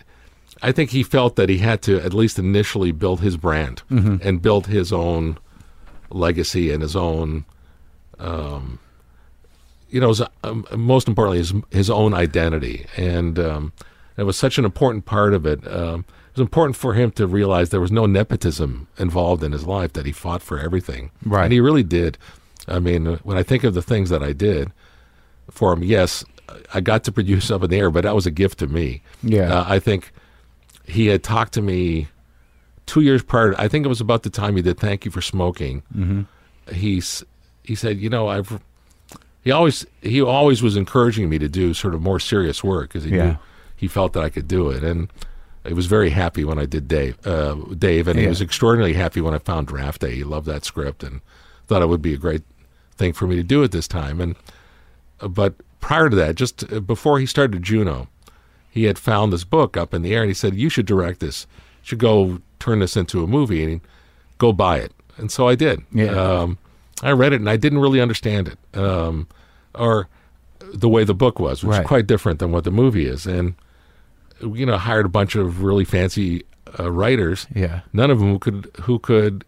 I think he felt that he had to at least initially build his brand and build his own legacy and his own, um, you know, his, um, most importantly, his his own identity, and um, it was such an important part of it. Um, it was important for him to realize there was no nepotism involved in his life; that he fought for everything, Right. And he really did. I mean, when I think of the things that I did for him, yes, I got to produce Up in the Air, but that was a gift to me. Yeah. Uh, I think he had talked to me two years prior. I think it was about the time he did "Thank You for Smoking." Mm-hmm. He s- he said, "You know, I've he always he always was encouraging me to do sort of more serious work because he Yeah. knew he felt that I could do it, and he was very happy when I did Dave. Uh, Dave, and he Yeah. was extraordinarily happy when I found Draft Day. He loved that script and thought it would be a great thing for me to do at this time. And Uh, but prior to that, just uh, before he started Juno, he had found this book up in the air, and he said, "You should direct this. You should go turn this into a movie and go buy it." And so I did. Yeah. Um, I read it, and I didn't really understand it, um, or the way the book was, which Right. is quite different than what the movie is. And you know, hired a bunch of really fancy uh, writers Yeah. none of them who could who could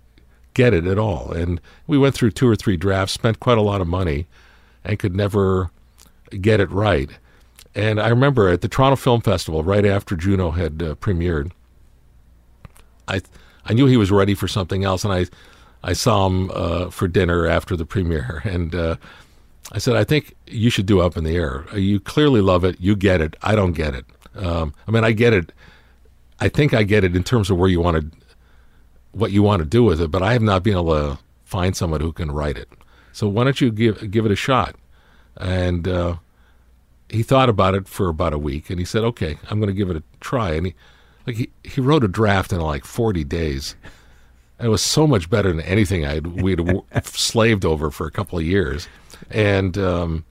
get it at all. And we went through two or three drafts, spent quite a lot of money, and could never get it right. And I remember at the Toronto Film Festival, right after Juno had uh, premiered, I I knew he was ready for something else, and I I saw him uh, for dinner after the premiere, and uh, I said, I think you should do Up in the Air. Uh, You clearly love it. You get it. I don't get it. Um, I mean, I get it. I think I get it in terms of where you want to, what you want to do with it. But I have not been able to find someone who can write it. So why don't you give give it a shot? And uh, he thought about it for about a week, and he said, "Okay, I'm going to give it a try." And he, like he, he wrote a draft in like 40 days. And it was so much better than anything I'd we'd w- slaved over for a couple of years, and um,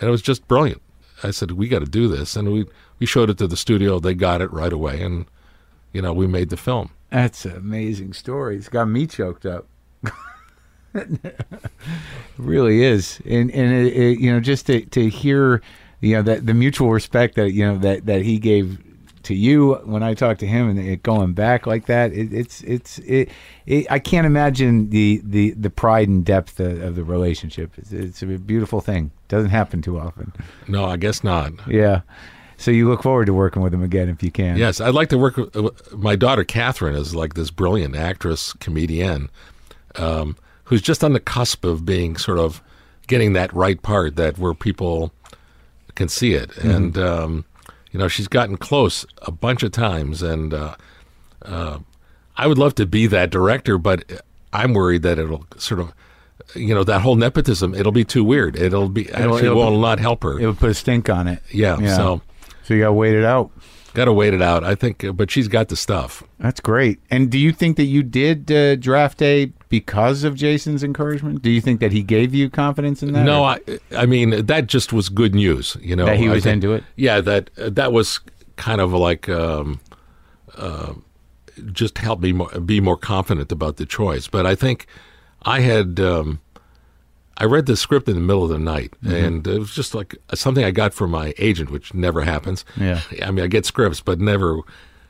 and it was just brilliant. I said, "We got to do this," and we we showed it to the studio. They got it right away, and you know we made the film. That's an amazing story. It's got me choked up. It really is, and and it, it, you know, just to to hear, you know, that the mutual respect that you know that that he gave to you when I talked to him, and it going back like that, it, it's it's it, it. I can't imagine the the the pride and depth of, of the relationship. It's, it's a beautiful thing. Doesn't happen too often. No, I guess not. Yeah. So you look forward to working with him again if you can. Yes, I'd like to work. With, uh, my daughter Catherine is like this brilliant actress, comedian, um, who's just on the cusp of being sort of getting that right part that where people can see it, Mm-hmm. and um, you know she's gotten close a bunch of times, and uh, I would love to be that director, but I'm worried that it'll sort of, you know, that whole nepotism. It'll be too weird. It'll be actually it'll will be- not help her. It would put a stink on it. yeah, So So you got to wait it out. got to wait it out. I think, uh, but she's got the stuff. That's great. And do you think that you did uh, draft day because of Jason's encouragement? Do you think that he gave you confidence in that? No, Or- I, I mean that just was good news. You know That he I was think- into it? Yeah, that uh, that was kind of like um, uh, just helped me more, be more confident about the choice. But I think I had um, I read the script in the middle of the night, Mm-hmm. and it was just like something I got from my agent, which never happens. Yeah. I mean I get scripts, but never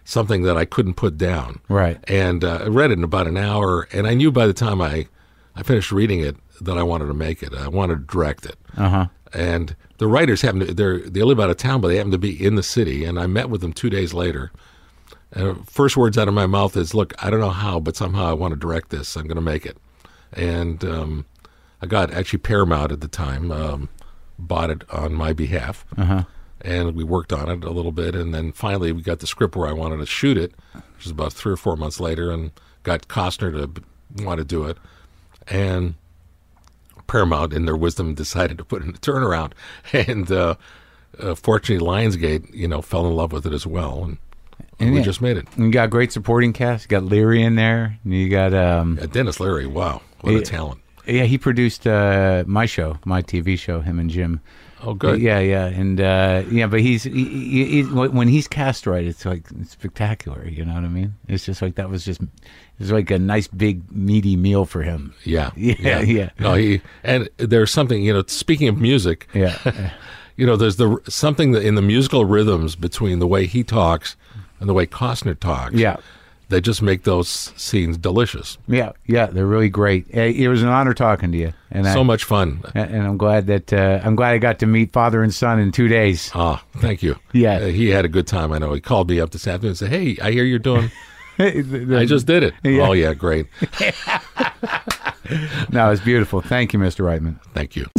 something that I couldn't put down. Right. And uh, I read it in about an hour, and I knew by the time I, I finished reading it that I wanted to make it. I wanted to direct it. Uh huh. And the writers happen to they are they live out of town, but they happen to be in the city. And I met with them two days later, uh, first words out of my mouth is, "Look, I don't know how, but somehow I want to direct this. I'm going to make it." And um, I got actually Paramount at the time um, bought it on my behalf, and we worked on it a little bit, and then finally we got the script where I wanted to shoot it, which was about three or four months later, and got Costner to b- want to do it, and Paramount, in their wisdom, decided to put in a turnaround, and uh, uh, fortunately, Lionsgate, you know, fell in love with it as well, and, And we it- just made it. You got great supporting cast. You got Leary in there. and You got um, Uh, Dennis Leary, wow, what Yeah. a talent! yeah. He produced uh, my show, my TV show. Him and Jim. Oh, good. Yeah, yeah, and uh, yeah, but he's he, he, he, when he's cast right, it's like it's spectacular. You know what I mean? It's just like that was just it was like a nice big meaty meal for him. Yeah, Yeah, yeah. No, he and there's something you know. Speaking of music, Yeah, you know, there's the something that in the musical rhythms between the way he talks and the way Costner talks. Yeah. They just make those scenes delicious. yeah, yeah. They're really great. Uh, It was an honor talking to you, and I, So much fun. and I'm glad that uh, I'm glad I got to meet father and son in two days. Ah, thank you. Yeah. Uh, he had a good time. I know he called me up this afternoon and said, "Hey, I hear you're doing. I just did it. Oh yeah, great. no, it's beautiful. Thank you, Mr. Reitman. Thank you."